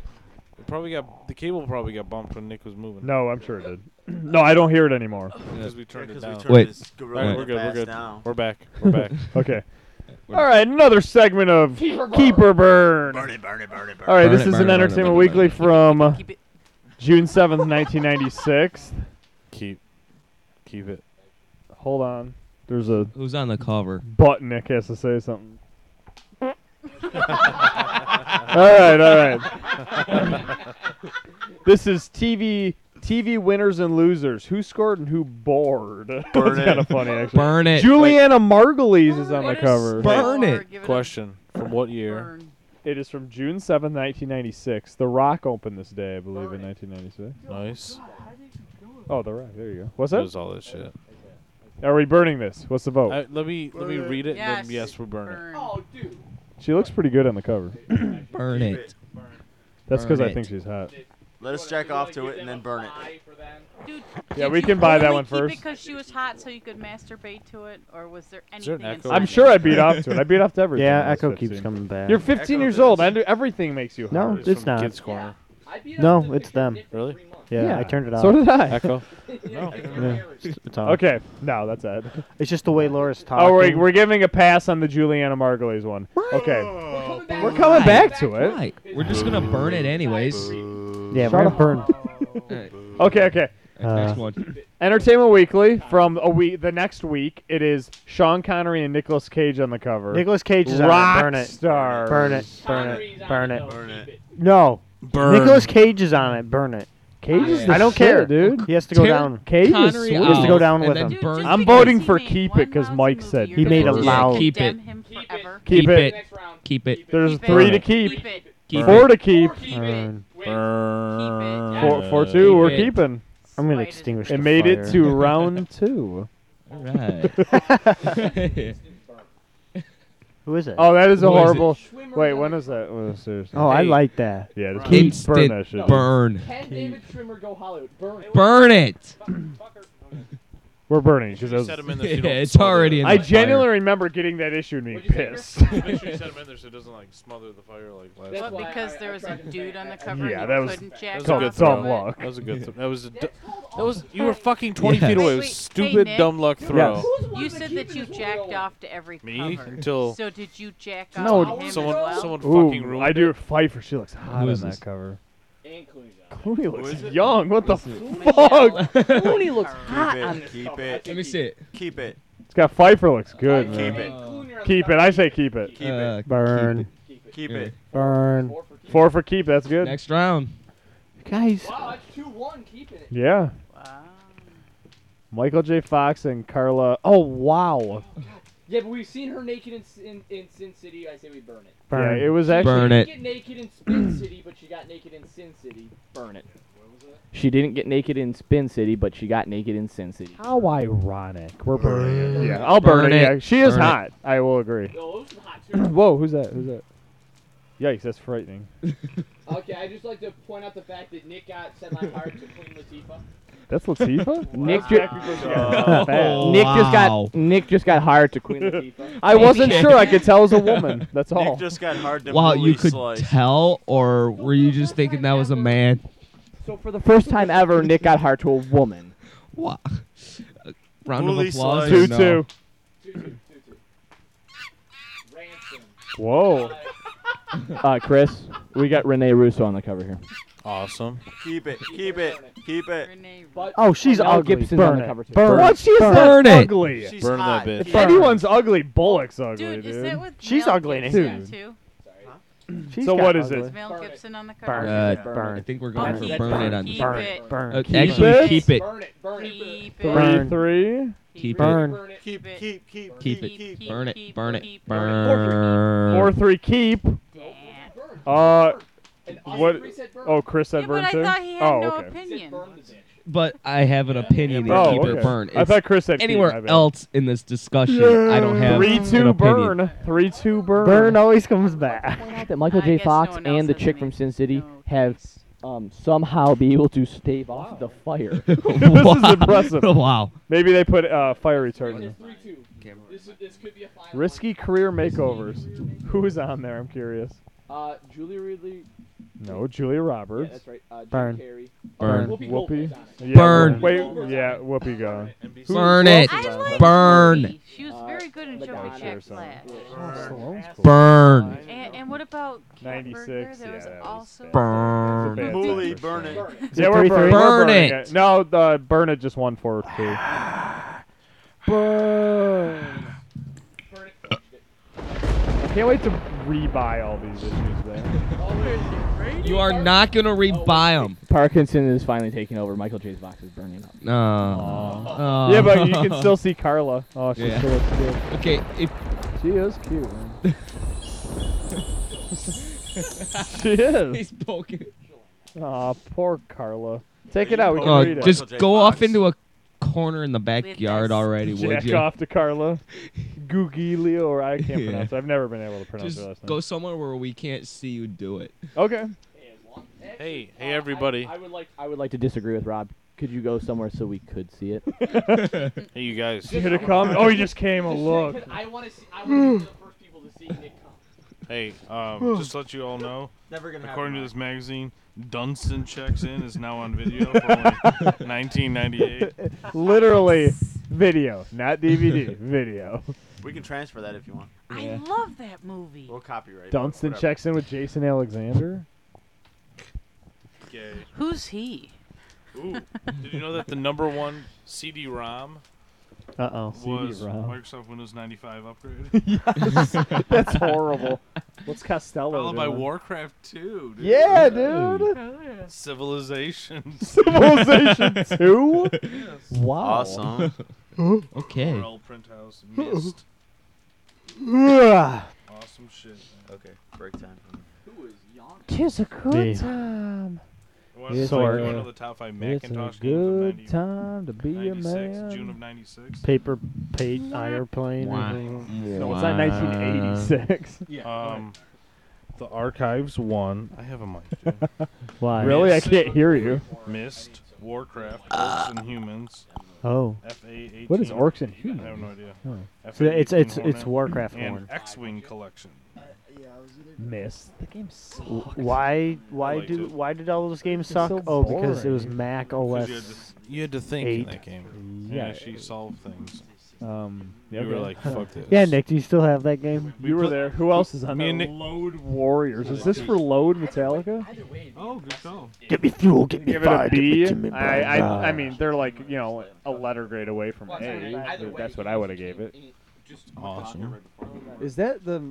S5: It probably got the cable probably got bumped when Nick was moving.
S4: No, I'm sure it did. [CLEARS THROAT] No, I don't hear it anymore.
S5: Because we turned it
S7: Yeah, 'cause we
S5: down.
S7: turned Wait. this
S5: All
S7: gorilla
S5: right, we're good. We're
S7: bass
S5: good.
S7: down.
S5: We're back. We're back.
S4: okay. All right, another segment of
S5: Keeper burn.
S4: Keeper Burn.
S5: Burn it, burn
S4: [LAUGHS]
S5: it, burn it, burn
S4: All right,
S5: it.
S4: this
S5: Burn it,
S4: is an
S5: burn it, burn it,
S4: Entertainment
S5: burn it, burn
S4: Weekly
S5: it.
S4: from June 7th, 1996.
S5: [LAUGHS] Keep, keep it.
S4: Hold on. There's a
S8: Who's on the cover?
S4: butt Nick has to say
S5: [LAUGHS]
S4: something. all right, all right. this is TV TV winners and losers. Who scored and who bored?
S5: [LAUGHS]
S4: That's
S5: it.
S4: kind of funny, actually.
S8: Burn it.
S4: Juliana Margulies is on the cover.
S5: Burn it. Question: From what year?
S4: It is from June seventh, 1996. The Rock opened this day, I believe, in 1996.
S5: Nice.
S4: Oh, The Rock. There you go. What's that?
S5: There's all this shit.
S4: Are we burning this? What's the vote?
S5: I- Uh, let me let me read it. and then yes, we're burning. Oh, dude.
S4: she looks pretty good on the cover.
S8: Burn it.
S4: That's because
S7: Burn
S4: I
S7: it.
S4: think she's hot.
S7: Let us jack off to it and then burn it.
S3: Dude,
S4: Yeah,
S3: did
S4: we
S3: you
S4: can buy that
S3: only
S4: one
S3: keep it
S4: first.
S3: because she was hot, so you could masturbate to it, or was there
S5: Is there
S3: anything?
S5: an echo?
S3: inside
S4: I'm
S3: it?
S4: sure I beat off to it. I beat off to everything.
S2: Yeah,
S4: when I was
S2: Echo keeps
S4: 15.
S2: coming back.
S4: You're 15 years old. I do everything makes you.
S2: No,
S4: hot.
S2: it's It's from not.
S5: Kids Corner.
S2: No, it's them.
S5: Really?
S2: Yeah, I turned it off.
S4: So did I.
S5: [LAUGHS]
S4: [LAUGHS]
S5: Echo.
S4: no. [LAUGHS]
S2: Yeah, it's- it's off.
S4: Okay, no, that's it.
S2: It's just the way Laura's talking.
S4: Oh, we're, we're giving a pass on the Juliana Margulies one. Okay. We're coming back, to it.
S8: Right. We're just gonna burn it anyways.
S2: yeah,
S4: Shut
S2: we're gonna
S4: up.
S2: burn.
S8: Alright,
S4: Okay, okay.
S8: Next one.
S4: Entertainment Weekly from a week. The next week, it is Sean Connery and Nicolas Cage on the cover.
S2: Nicolas Cage is on it.
S4: rock
S2: Burn it.
S4: stars.
S2: Burn it. Burn it. Burn it.
S7: Burn it.
S2: No.
S5: Burn.
S2: Nicolas Cage is on it. Burn it.
S4: Cage
S2: is
S4: is
S2: I
S4: the
S2: don't
S4: shit,
S2: care,
S4: dude.
S2: He has to go
S4: Terry-
S2: down.
S4: Cage is
S8: Connery
S4: sweet.
S8: out,
S2: He has to go down
S8: and
S2: with
S8: then
S2: him.
S8: burn
S4: I'm
S8: Cage.
S4: voting for keep it because Mike said
S2: He made a loud.
S8: Keep it.
S3: Condemn him forever.
S4: Keep it. [LAUGHS]
S8: Keep it.
S4: There's
S3: Keep it.
S4: three to
S3: Keep
S4: keep,
S3: it.
S8: Keep
S4: four
S8: it.
S4: to keep,
S2: Burn.
S4: four, four
S5: Uh,
S4: two.
S8: Keep
S4: we're
S8: it.
S4: keeping.
S2: I'm gonna extinguish.
S4: It
S2: the
S4: made it
S2: fire.
S4: to round two.
S8: Alright.
S2: Who is it?
S4: Oh, that is a
S8: Who is it?
S4: horrible. Wait, when is that? Oh, seriously.
S2: Oh, I like that.
S4: Yeah, just burn that shit.
S8: Instant burn.
S17: Can David Trimmer go Hollywood? Burn it.
S8: Burn it.
S4: We're burning because
S5: Set
S4: that
S5: him
S4: was.
S5: in there.
S8: Yeah,
S5: so [LAUGHS] you don't
S8: it's
S5: smother
S8: already
S5: it.
S8: in
S4: I
S8: the fire.
S4: genuinely remember getting that issue and being pissed. [LAUGHS]
S5: [LAUGHS] Make sure you set him in there so it doesn't like smother the fire like last.
S3: Well,
S5: time.
S3: because there was a dude on the cover.
S4: Yeah,
S3: and
S4: that
S3: you
S4: was-
S3: couldn't jack
S5: That was a
S4: dumb-
S5: good
S3: off
S5: throw.
S4: dumb luck.
S5: That was a good throw. That was a. du- That was. You were fucking 20
S8: Yeah.
S5: feet away. It was
S3: Wait, wait,
S5: stupid
S3: hey,
S5: dumb luck throw.
S4: Yes.
S3: You said that you jacked off to every
S5: Me
S3: cover.
S5: until
S3: So did you jack off
S4: No,
S3: to him as
S5: someone
S3: well?
S5: someone fucking
S4: Ooh,
S5: ruined.
S4: I
S5: it.
S4: do fight for. She looks hot
S8: Who
S4: on
S8: is
S4: that
S8: this?
S4: cover.
S17: And Clooney.
S4: Clooney looks
S7: is it?
S4: young. What the
S3: Michelle.
S4: fuck?
S3: Clooney looks hot
S7: Keep
S3: on
S7: it.
S3: this
S7: Keep
S3: cover.
S7: it.
S8: Let me see it.
S7: Keep it.
S4: It's got Pfeiffer looks good,
S7: Keep
S4: man.
S7: it.
S4: Keep it. I say keep it.
S7: Keep it.
S8: Uh,
S2: Burn.
S7: Keep it.
S2: Burn.
S4: Four for keep. That's good.
S8: Next round.
S2: Guys.
S17: Wow, that's 2 1. Keep it.
S4: Yeah.
S3: Wow.
S4: Michael J. Fox and Carla. Oh wow.
S17: Yeah, but we've seen her naked in, in, in Sin City. I say we burn it.
S2: Burn.
S4: Yeah, it was actually.
S8: Burn
S17: she
S8: it.
S17: didn't get naked in
S6: [CLEARS THROAT]
S17: Spin City, but she got naked in Sin City. Burn it.
S6: She didn't get naked in Spin City, but she got naked in Sin City.
S4: How ironic. We're burning. it. Yeah, I'll burn,
S8: Burn
S4: it.
S8: it.
S4: Yeah, she is
S8: Burn it.
S4: hot. I will agree.
S17: No, those are hot too.
S4: Whoa, who's that? Who's that? Yikes, that's frightening.
S17: Okay, I just like to point out the fact that Nick got set my heart to Queen Latifah.
S4: That's Latifa.
S6: Nick, ju-
S4: [LAUGHS] ju-
S6: Nick just
S8: Oh, Wow.
S6: got Nick just got hired to Queen
S17: Latifah.
S4: I wasn't sure. I could tell it was a woman. That's all.
S7: Nick just got hard to
S8: Oh. Wow, you could
S7: slice.
S8: tell, or were you just thinking that was a man?
S6: So for [LAUGHS] the first time ever, Nick got hired to a woman.
S8: Wow. [LAUGHS] Uh, Round of
S7: Bully
S8: applause.
S7: slice.
S8: or
S4: Two
S8: no?
S4: two.
S17: Two, two, two, two. Ransom.
S4: Whoa.
S6: Uh, Chris, we got Renee Russo on the cover here.
S5: Awesome.
S7: Keep it. Keep it. Keep it.
S2: Oh, she's
S7: Mel
S2: ugly.
S7: Gibson's
S2: burn
S7: on the
S2: it.
S7: cover, too.
S2: Burn,
S4: What? She is
S2: burn,
S4: not
S2: it.
S4: ugly.
S7: She's
S5: Burn that
S7: hot.
S5: bitch.
S4: If anyone's ugly, Bullock's ugly, dude.
S3: Is that with
S2: She's
S3: Mel
S2: ugly in
S3: Gibson,
S2: here.
S3: too?
S2: She's
S4: So
S2: got
S4: what is
S2: ugly.
S3: Is Mel Gibson on the cover?
S2: Burn
S8: Uh,
S2: it. Burn
S8: I
S2: it.
S8: think we're going
S2: Burn
S8: for
S2: it.
S8: burn it on this.
S2: Burn it. Burn
S8: Uh,
S2: it.
S8: actually, keep it.
S3: Burn it.
S4: Three, three.
S8: Keep
S2: Burn.
S8: it.
S7: Keep, keep, keep,
S8: Keep
S7: keep,
S8: it.
S7: keep,
S8: Burn it. Burn it.
S4: Burn.
S8: Burn.
S4: Four, three, keep. Uh, what? Oh, Chris said burn
S3: But
S4: too.
S3: I thought he had
S4: oh,
S3: no
S4: okay.
S3: opinion.
S8: But I have an opinion
S4: Yeah,
S8: that
S4: burn.
S8: keep
S4: Oh,
S8: or
S4: okay.
S8: burn.
S4: I
S8: It's
S4: thought Chris said keep, my
S8: anywhere
S4: bad.
S8: else in this discussion. I don't have
S4: Three,
S8: an
S4: two,
S8: opinion. [LAUGHS]
S4: burn. [LAUGHS] Three, two, burn.
S2: Burn always comes back.
S6: that Michael J. Fox and the chick from Sin City have um, somehow be able to stave off the
S1: [LAUGHS]
S6: fire.
S4: this is impressive.
S8: [LAUGHS] Wow.
S4: Maybe they put uh, fire retardant.
S17: Three two. This, this could be a final.
S4: Risky career makeovers. [LAUGHS] Who is on there? I'm curious.
S17: Uh, Julia Ridley.
S4: No, Julia Roberts.
S17: that's right, uh, Jim
S4: burn.
S17: Carrey.
S8: Burn.
S4: Whoopi. Whoopi. Yeah,
S8: Burn.
S4: Wait. Yeah, Whoopi gone. Who-
S8: Burn
S4: who
S8: it.
S4: else is on there?
S8: Burn.
S3: She was very good in Joey Jack's class.
S8: Burn.
S3: And, and what about Cat
S4: 96,
S3: Burger? There was
S4: yeah, that
S3: also
S8: Burn.
S4: That's a bad
S7: Muley,
S4: choice.
S7: burn it.
S2: Is
S4: Yeah,
S2: it
S4: we're
S2: three, three?
S4: burning. we're
S8: Burn
S4: burning
S8: it.
S4: No, the burn it just won for
S2: [SIGHS]
S4: two.
S2: Burn.
S4: I can't wait to rebuy all these issues.
S8: [LAUGHS]
S4: There.
S8: You are not gonna rebuy them.
S6: Parkinson is finally taking over. Michael J. Fox is burning up.
S8: No. Oh.
S4: Yeah, but you can still see Carla. Oh, she
S8: Yeah.
S4: still looks
S8: [LAUGHS]
S4: good.
S8: Okay. If
S4: She is cute. Man. she is.
S8: he's poking.
S4: Aw, poor Carla. Take it out. We can
S8: Oh,
S4: read it. [LAUGHS]
S8: just
S7: Michael J.
S8: go off
S7: Fox.
S8: into a corner in the backyard already, would
S4: Jack
S8: you?
S4: off to Carla. Gugilio, or I can't
S8: Yeah.
S4: pronounce it. I've never been able to pronounce her
S8: Just
S4: last name.
S8: go somewhere where we can't see you do it.
S4: Okay.
S5: Hey, hey, everybody.
S6: I would like. I would like to disagree with Rob. Could you go somewhere so we could see it?
S5: Hey, you guys.
S4: You here to come? Oh, you just came. Oh, look.
S17: I want to see. I want to be the first people to see Nick come.
S5: Hey, um, just to let you all know,
S7: Never gonna
S5: according to
S7: happen.
S5: this magazine, Dunstan Checks In is now on video for only
S2: [LAUGHS]
S5: 1998.
S8: [LAUGHS]
S4: Literally, video, not DVD. video.
S7: We can transfer that if you want.
S3: I love that movie.
S7: We'll copyright. it,
S4: Dunstan
S7: whatever.
S4: checks in with
S2: [LAUGHS]
S4: Jason Alexander.
S5: Gay.
S3: Who's he?
S5: Ooh, did you know [LAUGHS] that the number one CD-ROM
S2: Uh oh.
S5: was
S4: CD-ROM.
S5: Microsoft Windows 95 upgrade?
S4: That's horrible. [LAUGHS] What's Costello?
S2: Oh,
S5: Followed by
S4: doing?
S5: Warcraft 2, dude.
S4: Yeah, dude.
S5: Civilization.
S4: [LAUGHS] Civilization 2?
S2: [LAUGHS]
S4: Wow.
S7: Awesome.
S2: Hmm.
S8: Okay.
S5: Earl Printhouse.
S2: [LAUGHS]
S5: Mist.
S2: Ugh.
S5: Awesome shit. man.
S7: okay, break time.
S2: Tis a good time.
S5: You wanna-
S2: It's
S5: you wanna
S2: a-
S5: know the top five
S2: It's a
S5: Macintosh games
S2: good
S5: of 90
S2: time to be a
S5: 96, June of
S2: man.
S5: 96.
S2: Paper, pate, airplane.
S4: No, it's not 1986.
S5: Um, the archives won. I have
S2: [LAUGHS]
S5: a mic. dude.
S2: Why?
S4: [LAUGHS] really? I can't hear you.
S5: Mist, Warcraft, Orcs and Humans,
S2: Oh.
S5: FA18.
S4: Uh, What is Orcs and
S5: I have no idea.
S2: Oh.
S5: FA18
S2: So it's it's it's
S5: Hornet
S2: Warcraft
S5: and
S2: one.
S5: X-wing collection.
S4: Miss. The game sucks.
S2: Why why
S5: liked
S2: do
S5: it.
S2: why did all those games
S4: It's
S2: suck?
S4: so
S2: oh, because it was
S4: boring.
S2: Mac
S5: 'Cause
S2: OS.
S5: You had, to, you had to think
S2: eight.
S5: in that game.
S4: Yeah.
S5: Yeah, she solved things.
S4: Um,
S5: You were like, fuck this.
S2: Yeah, Nick, do you still have that game?
S5: We
S4: You were
S5: put-
S4: there. Who else is on
S5: Me
S4: there?
S5: and Nick-
S4: Load Warriors. Is this for Load Metallica?
S5: Oh, good call.
S18: Get me fuel, get me
S4: Give it a
S18: fire,
S4: B.
S18: give me Jimmy
S4: I, I, I
S18: Brown.
S4: mean, they're like, you know, a letter grade away from A.
S17: Either way,
S4: That's what I would have gave it.
S5: Awesome.
S4: Is that the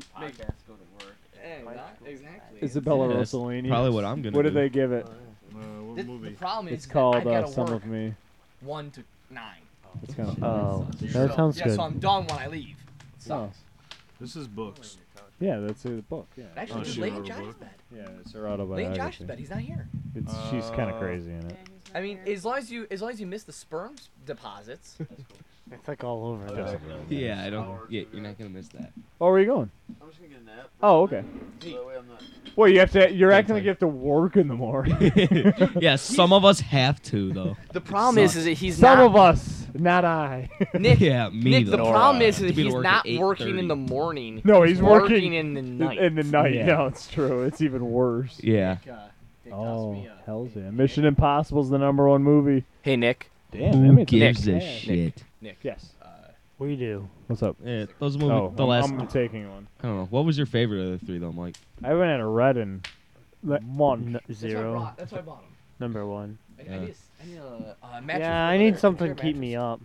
S17: Exactly.
S4: Isabella
S8: Yeah, that's
S4: Rossellini?
S8: Probably what I'm gonna
S4: What
S8: do.
S4: did they give it?
S5: Uh, what
S17: The, the
S5: movie?
S17: problem is
S4: It's
S17: that
S4: called
S17: I've gotta
S4: uh, Some
S17: work
S4: of Me.
S17: one to nine.
S4: It's kind of
S2: Oh,
S17: So,
S2: that sounds
S17: yeah,
S2: good.
S17: so I'm done when I leave. It
S4: Oh.
S17: sucks.
S5: This is
S4: [LAUGHS]
S5: books.
S4: Yeah, that's the book. Yeah,
S17: But actually,
S5: Oh,
S17: dude,
S5: she
S17: Lane
S5: wrote a
S17: Josh's
S5: book.
S17: bed.
S4: yeah, it's her
S17: Lane
S4: autobiography.
S17: Josh's bed. He's not here.
S4: It's, she's kind of
S5: Uh,
S4: crazy in it.
S17: I mean, as long as you as long as you miss the sperm s-
S4: [LAUGHS]
S17: deposits.
S2: It's like all over. though.
S8: Yeah, I don't. Yeah, you're not gonna miss that.
S4: Oh, where are you going?
S7: I'm just gonna get a nap.
S4: Oh, okay.
S7: That way I'm not.
S4: Well, you have to. You're acting like
S8: Bedtime.
S4: you have to work in the morning.
S2: [LAUGHS]
S8: [LAUGHS] yeah, some of us have to though.
S17: The problem
S8: Son.
S17: is, is that he's
S4: Some
S17: not
S4: of us, not I.
S17: Nick.
S8: [LAUGHS] yeah, me
S17: Nick,
S8: though.
S17: the problem is,
S8: To
S17: is
S8: be to
S17: he's
S8: work at
S17: not working in the
S8: 8:30.
S17: morning.
S4: No, he's working
S17: in the
S4: In-
S17: night.
S4: [LAUGHS] In the night,
S8: Yeah.
S4: yeah. it's true. It's even worse.
S8: Yeah.
S4: Oh, hell's yeah. Mission Impossible's the number one movie.
S17: Hey, Nick.
S4: Damn,
S8: Who gives a
S17: Nick.
S8: shit?
S17: Nick.
S4: Yes.
S2: We do.
S4: What's up?
S8: Yeah, those movies.
S4: Oh,
S8: the
S4: I'm,
S8: last.
S4: I'm taking one.
S8: I don't know. What was your favorite of the three though, Mike?
S4: I haven't had a red in month.
S2: Zero.
S1: brought- that's what I bought 'em.
S2: Number one.
S1: I, I need, a, I need a, uh, mattress
S2: Yeah, I
S1: for
S2: need
S1: her.
S2: something
S1: Her
S2: to keep
S1: mattress.
S2: me up.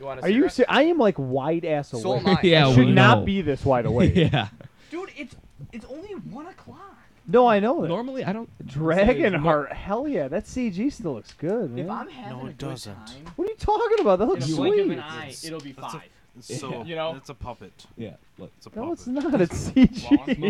S1: You want a
S4: Are you?
S1: cigarette?
S4: Se- I am like wide ass awake.
S8: [LAUGHS]
S1: So am I. Yeah,
S4: I should
S1: we
S4: not
S1: know.
S4: be this wide awake.
S8: yeah.
S1: Dude, it's it's only one o'clock.
S4: No, I know that.
S8: Normally, I don't.
S4: Dragonheart. Hell yeah, that CG still looks good, man.
S1: If I'm having a good time,
S4: [LAUGHS] what are you talking about? That
S1: in
S4: looks
S1: a blink of an
S4: sweet.
S1: eye, it'll be
S5: That's a-
S1: five.
S5: it's
S4: [LAUGHS]
S5: so
S1: you know,
S5: it's a puppet.
S8: [LAUGHS] Yeah, look,
S5: it's a puppet. Oh,
S4: No, it's not. It's CG.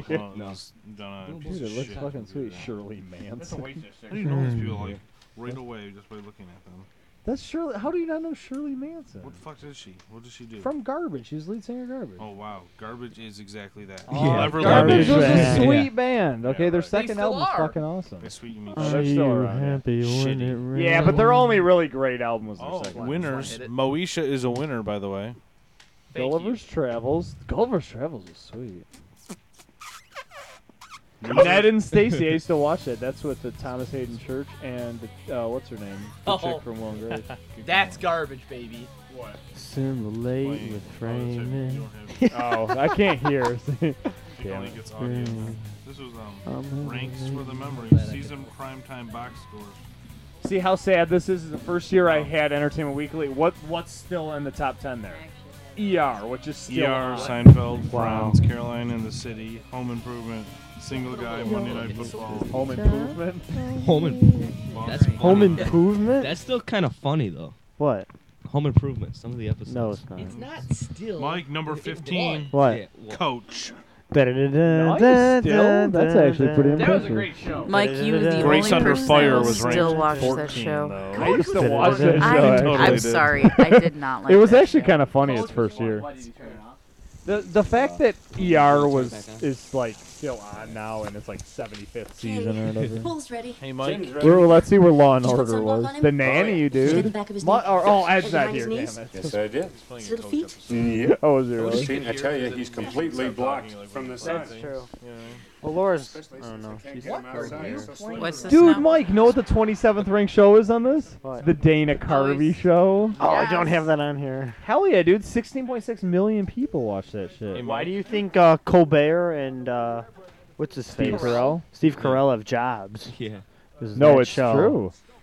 S5: No, no, it's- no, no,
S4: Dude, it
S5: it's
S4: looks
S5: shit.
S4: fucking sweet. Hmm. Shirley Manson.
S5: How do you know these people like right away just by looking at them?
S4: That's Shirley. How do you not know Shirley Manson?
S5: What the fuck is she? What does she do?
S4: From Garbage. She's lead singer of Garbage.
S5: oh wow, garbage is exactly that.
S4: Oh,
S5: Never let me
S4: Garbage was a
S5: down.
S4: sweet band. Okay, their second
S5: still
S4: album was
S5: are.
S4: fucking awesome.
S5: By sweet you mean
S4: Oh,
S5: shit.
S4: they're still around.
S2: happy when it rains?
S4: Yeah, but their only really great album was their
S5: Oh,
S4: second.
S5: winners. Moesha is a winner, by the way.
S4: Gulliver's Travels. Gulliver's Travels was sweet. [LAUGHS]
S5: Moesha-
S4: Ned and Stacy, I used to watch it. That's with the Thomas Hayden Church and uh, what's her name? The
S1: Oh.
S4: chick from Will and Grace.
S1: [LAUGHS] That's garbage, baby. What?
S5: Oh,
S2: Simulate with framing.
S4: oh, I can't hear. [LAUGHS]
S5: She only
S4: Damn it.
S5: [LAUGHS] gets audio.
S2: Mm.
S5: This was
S2: I'm
S5: um, ranks for the memory season primetime box scores.
S4: See how sad this is. The first year I had Entertainment Weekly. What what's still in the top ten there? ER, which is still
S5: ER,
S4: on.
S5: Seinfeld,
S4: Wow.
S5: Friends, Caroline in the City, Home Improvement, Single Guy, Monday Night Football.
S4: Home Improvement.
S8: Home improvement. That's
S2: Home
S8: funny.
S2: Improvement?
S8: That's still kind of funny though.
S2: What?
S8: Home improvement. Some of the episodes.
S2: No, it's not.
S1: It's not still.
S5: Mike number fifteen.
S2: What?
S8: Yeah, well-
S5: Coach.
S2: Da-da-da-da,
S4: Nice, still.
S2: da-da-da-da.
S4: That's actually pretty That was a impressive.
S1: great show.
S3: Mike, you were the
S5: Grace
S3: only
S5: Under
S3: person
S5: Fire
S3: that
S5: was
S3: still
S5: ranked
S3: watched that
S5: 14,
S3: show.
S5: though.
S4: I used to watch that show.
S3: I,
S4: actually.
S3: I'm sorry, I
S4: [LAUGHS]
S3: did not like
S4: it was
S3: that
S4: actually
S3: show.
S4: kind of funny its first year. The the fact that ER was is like still on now and it's like 75th season or whatever.
S15: Pool's ready.
S5: Hey Mike.
S4: Well, let's see where Law and
S15: Did you put
S4: Order
S15: sunblock
S4: was.
S15: on him?
S4: The
S1: Oh,
S4: nanny, you
S15: Did you get the
S4: dude.
S15: back of his
S4: Ma-
S15: neck?
S4: or, oh,
S15: Did
S4: Ed's
S15: you
S4: not
S15: hang
S4: here.
S15: his knees?
S4: Damn it.
S19: Yes, I did.
S15: His little feet?
S19: Yeah.
S4: Oh, is it
S19: I was
S4: really?
S19: cheating. I tell you, he's completely blocked from the side.
S2: That's true. Well, Laura's. I don't know. She's
S19: What
S2: very
S19: are
S2: weird.
S3: What's this
S4: Dude,
S3: now?
S4: Mike, know what the 27th ranked show is on this?
S2: What?
S4: The Dana Carvey show.
S2: Oh, I don't have that on here.
S4: Hell yeah, dude. 16.6 million people watch that shit.
S2: Why do you think uh, Colbert and uh, what's his
S4: Steve
S2: face?
S4: Carell?
S2: Steve Carell have jobs.
S8: Yeah.
S4: No,
S2: that
S4: it's
S2: show.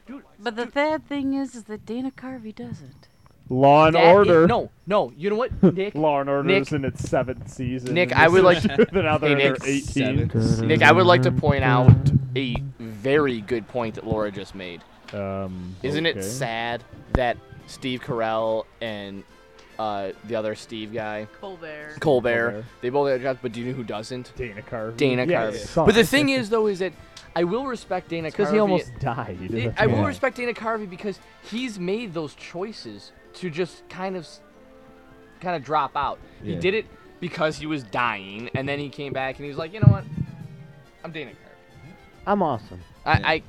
S4: true.
S3: But the sad thing is, is that Dana Carvey doesn't.
S4: Law and
S1: That is-
S4: Order.
S1: no, no. You know
S4: [LAUGHS]
S1: what, Nick?
S4: Law and Order
S1: Nick-
S4: is in its seventh season.
S1: Nick, I would like.
S4: [LAUGHS] They're now they're
S1: Hey,
S4: in
S1: Nick.
S4: their 18.
S1: Nick, I would like to point out a very good point that Laura just made.
S4: Um,
S1: Isn't
S4: okay.
S1: it sad that Steve Carell and uh, the other Steve guy,
S3: Colbert.
S1: Colbert,
S4: Colbert.
S1: they both got jobs, but do you know who doesn't?
S4: Dana Carvey.
S1: Dana
S4: Yeah,
S1: Carvey.
S4: sucks.
S1: But the thing is, though, is that I will respect Dana Carvey.
S4: Because he almost [LAUGHS]
S1: [LAUGHS]
S4: died.
S1: I- I will respect Dana Carvey because he's made those choices to just kind of, s- kind of drop out. He
S8: Yeah.
S1: did it because he was dying, and then he came back and he was like, you know what, I'm Dana Carvey.
S2: I'm awesome.
S1: I, I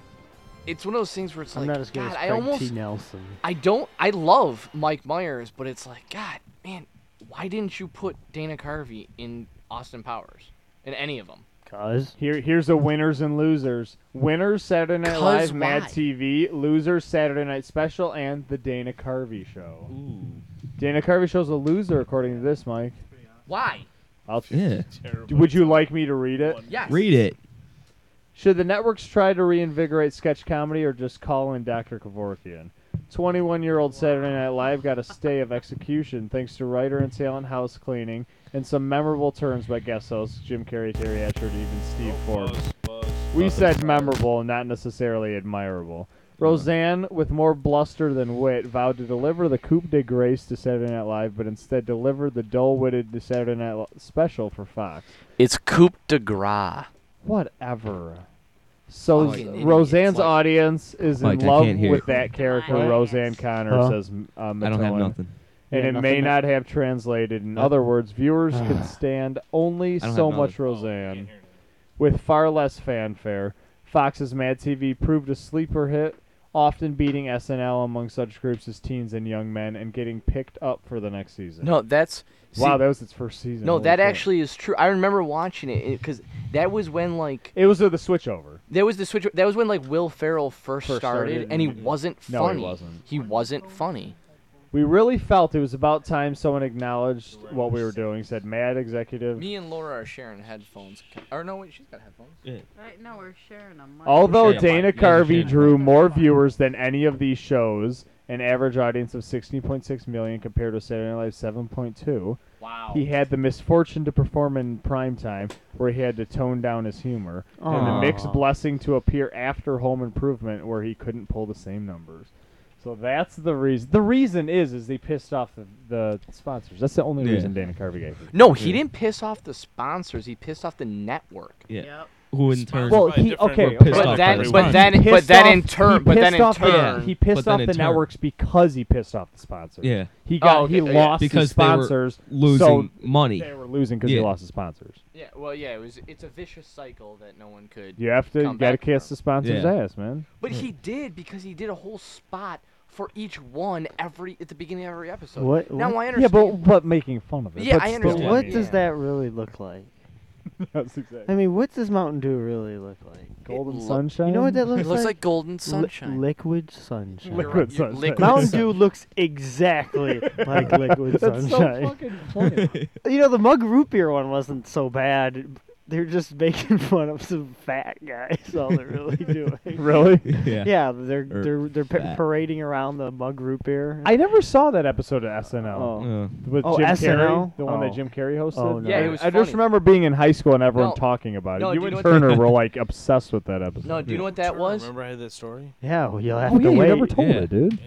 S1: it's one of those things where it's
S2: I'm
S1: like,
S2: not as good
S1: God,
S2: as Craig
S1: I
S2: T.
S1: almost,
S2: Nelson.
S1: I don't, I love Mike Myers, but it's like, God, man, why didn't you put Dana Carvey in Austin Powers, in any of them?
S2: Cause
S4: Here, here's the winners and losers. Winners Saturday Night Live,
S1: Cause
S4: Mad
S1: why?
S4: TV. Losers Saturday Night Special, and the Dana Carvey Show. Dana Carvey Show's a loser according to this, Mike.
S1: Why?
S4: I'll,
S8: Yeah.
S4: Would you like me to read it?
S1: Yes.
S8: Read it.
S4: Should the networks try to reinvigorate sketch comedy or just call in Dr. Kevorkian? 21 year old Saturday Night Live got a stay of execution thanks to writer and talent house cleaning and some memorable turns by guest hosts Jim Carrey, Terry Hatcher, and even Steve
S5: Oh,
S4: Forbes. We said memorable, not necessarily admirable. Roseanne, with more bluster than wit, vowed to deliver the coup de grace to Saturday Night Live, but instead delivered the dull witted to Saturday Night Li- special for Fox.
S1: It's Coupe de Gras.
S4: Whatever. So
S1: Fucking idiot.
S4: Roseanne's
S1: Mike-
S4: audience is
S8: Mike, I
S4: in love
S8: can't hear
S4: with
S8: you.
S4: that character,
S2: What?
S4: Roseanne Connor,
S8: Huh?
S4: says uh,
S8: I don't have
S4: Matolan.
S8: nothing.
S4: And
S2: Yeah,
S4: it may
S2: nothing?
S4: not have translated. In other words, viewers can stand only
S8: don't
S4: so
S8: have
S4: much Roseanne. With far less fanfare, Fox's Mad TV proved a sleeper hit, often beating SNL among such groups as teens and young men and getting picked up for the next season.
S1: No, that's
S4: wow,
S1: see-
S4: that was its first season.
S1: No,
S4: Holy
S1: that
S4: shit.
S1: actually is true. I remember watching it because that was when like
S4: It was uh, the switchover.
S1: there was the switch. That was when like Will Ferrell first,
S4: First
S1: started,
S4: started
S1: and he
S4: and-
S1: wasn't
S4: No, he
S1: funny.
S4: wasn't.
S1: He wasn't funny.
S4: We really felt it was about time someone acknowledged what we were doing. Said mad executive.
S1: Me and Laura are sharing headphones. Or no, wait, she's got headphones.
S3: Right now we're sharing a mic.
S4: Although
S1: Share the
S4: Dana
S1: mic.
S4: Carvey drew more viewers than any of these shows, an average audience of 16.6 million compared to Saturday Night Live 7.2.
S1: Wow.
S4: He had the misfortune to perform in prime time, where he had to tone down his humor, and the mixed
S2: Aw.
S4: blessing to appear after Home Improvement, where he couldn't pull the same numbers. So that's the reason. The reason is, is they pissed off the, the sponsors. That's the only
S8: Yeah.
S4: reason Dana Carvey gave. it.
S1: No, he didn't piss off the sponsors. He pissed off the network.
S8: Yeah. Who in turn?
S4: Well, he okay,
S8: Were pissed
S4: okay.
S8: off by the
S1: But then-
S4: He
S1: but
S4: pissed
S1: then
S4: off-
S1: in turn-
S4: he
S1: but then
S4: pissed
S1: in
S4: off the-
S1: turn-
S4: he pissed
S8: But then
S4: off
S8: in
S4: the
S8: turn.
S4: networks because he pissed off the sponsors.
S8: Yeah.
S4: he got
S1: Oh,
S4: he
S1: okay, yeah.
S4: lost his
S8: because
S4: sponsors
S8: they were
S4: so
S8: losing money. [LAUGHS]
S4: They were losing because he
S8: Yeah.
S4: lost his sponsors.
S1: Yeah, well, yeah, it was. It's a vicious cycle that no one could.
S4: You have to, you
S1: come
S4: gotta
S1: back from.
S4: kiss the sponsor's
S8: Yeah.
S4: ass, man.
S1: But he did because he did a whole spot for each one every at the beginning of every episode.
S2: What-
S1: Now
S2: what?
S1: I
S4: Yeah,
S1: understand.
S4: but but making fun of it.
S1: Yeah,
S4: but
S1: I
S4: still,
S2: But
S1: understand.
S2: what
S1: Yeah.
S2: does that really look like?
S4: That's exactly.
S2: I mean, what does Mountain Dew really look like?
S4: Golden
S1: look-
S4: sunshine.
S2: You know
S4: [LAUGHS]
S2: what that looks like?
S1: It looks like golden
S2: Li-
S1: sunshine.
S2: liquid sunshine.
S4: You're Liquid right, you're sunshine. liquid
S2: [LAUGHS] Mountain
S4: sunshine.
S2: Dew looks exactly like liquid
S4: That's so
S2: sunshine.
S4: fucking funny.
S2: [LAUGHS] you know, the mug root beer one wasn't so bad. They're just making [LAUGHS] fun of some fat guys. All they're really doing.
S8: [LAUGHS]
S4: Really? Er,
S2: Yeah.
S8: Yeah.
S2: they're
S8: Or
S2: they're they're pa-
S8: fat.
S2: parading around the mug root beer.
S4: I never saw that episode of SNL
S2: Oh.
S8: Yeah.
S4: with
S2: Oh,
S4: Jim
S2: SNL?
S4: Carrey, the one
S2: Oh.
S4: that Jim Carrey hosted.
S2: Oh, no.
S1: Yeah,
S4: I,
S1: it was
S4: I just
S1: funny.
S4: remember being in high school and everyone
S1: No.
S4: talking about
S1: No,
S4: it. You
S1: do you
S4: and
S1: know what
S4: Turner were like obsessed with that episode.
S1: No, do you know what that was?
S5: Remember I had that story?
S2: Yeah, well, you'll have
S4: Oh
S2: to
S4: yeah, you
S2: wait.
S4: never told
S8: Yeah.
S4: it, dude.
S2: Yeah,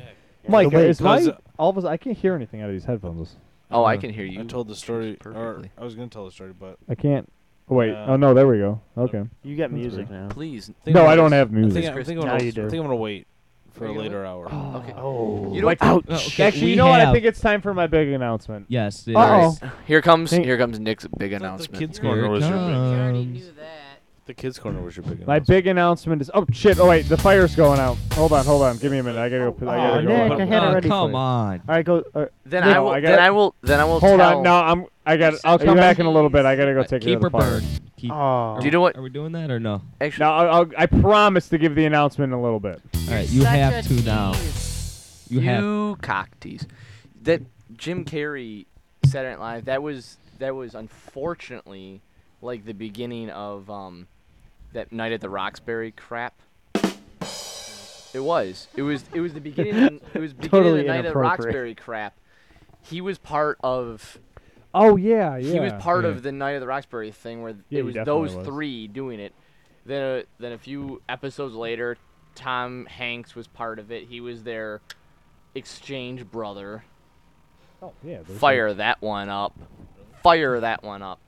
S4: Mike,
S2: the way
S4: is my
S5: Because,
S4: all of a I can't hear anything out of these headphones.
S1: Oh, I
S5: Uh,
S1: can hear you.
S5: I told the story. Or
S1: perfectly.
S5: I was gonna tell the story, but
S4: I can't. oh, Wait.
S5: Uh,
S4: oh no, there we go. Okay.
S2: You got
S4: That's
S2: music
S4: weird.
S2: now.
S1: Please.
S5: I think
S4: No,
S5: I'm
S4: I
S5: gonna-
S4: don't have music.
S5: I think, I think I'm
S2: Now
S5: gonna,
S2: you
S5: I
S2: do.
S5: think I'm gonna wait for
S1: Are
S5: a
S1: you gonna
S5: later hour.
S1: Okay.
S2: Oh,
S1: You know what-
S2: ouch.
S8: Oh, okay.
S4: Actually,
S8: we
S4: you know what? I
S8: have-
S4: think it's time for my big announcement.
S8: Yes. it
S4: Uh-oh.
S8: is.
S1: Here comes
S4: Think-
S1: here comes Nick's big
S5: I thought The
S1: announcement.
S5: kids
S8: Here
S5: corner
S8: it
S5: was your
S3: We already
S8: comes.
S3: knew that.
S4: Um,
S5: big. The kids corner was your big.
S4: My big announcement is. Oh shit! Oh wait, the fire's going out. Hold on, hold on. Give me a minute. I gotta go. I
S2: Oh,
S4: gotta
S2: Nick,
S4: go.
S2: I had it
S8: Oh,
S2: ready for
S8: come
S2: you.
S8: on.
S2: All right, go. Uh,
S1: Then
S4: No,
S1: I will.
S4: I
S1: then
S4: gotta-
S1: I will. Then I will.
S4: Hold
S1: tell,
S4: on. No, I'm. I got. I'll come back in a little bit. I gotta go take care
S8: Keep
S4: of the
S8: or
S4: fire.
S8: burn. Keep.
S2: oh,
S8: Are
S1: Do you
S8: we-
S1: know
S4: Uh,
S1: what-
S8: Are we doing that or no?
S1: Actually,
S4: No, I'll, I'll, I promise to give the announcement in a little bit.
S8: All right, you
S3: Such a
S8: have to now.
S3: tease.
S8: You have.
S1: cock tease. That Jim Carrey Saturday Night Live. That was that was unfortunately like the beginning of um that night at the Roxbury crap. It was. It was. It was the beginning. It was beginning
S2: Totally
S1: of the night at the
S2: inappropriate.
S1: Roxbury crap. He was part of
S4: Oh yeah, yeah.
S1: he was part
S8: Yeah.
S1: of the Night of the Roxbury thing where
S4: Yeah, he
S1: it was
S4: definitely
S1: those
S4: was.
S1: three doing it. Then, a, then a few episodes later, Tom Hanks was part of it. He was their exchange brother.
S4: Oh, yeah, there's
S1: Fire that one up. Fire that one up.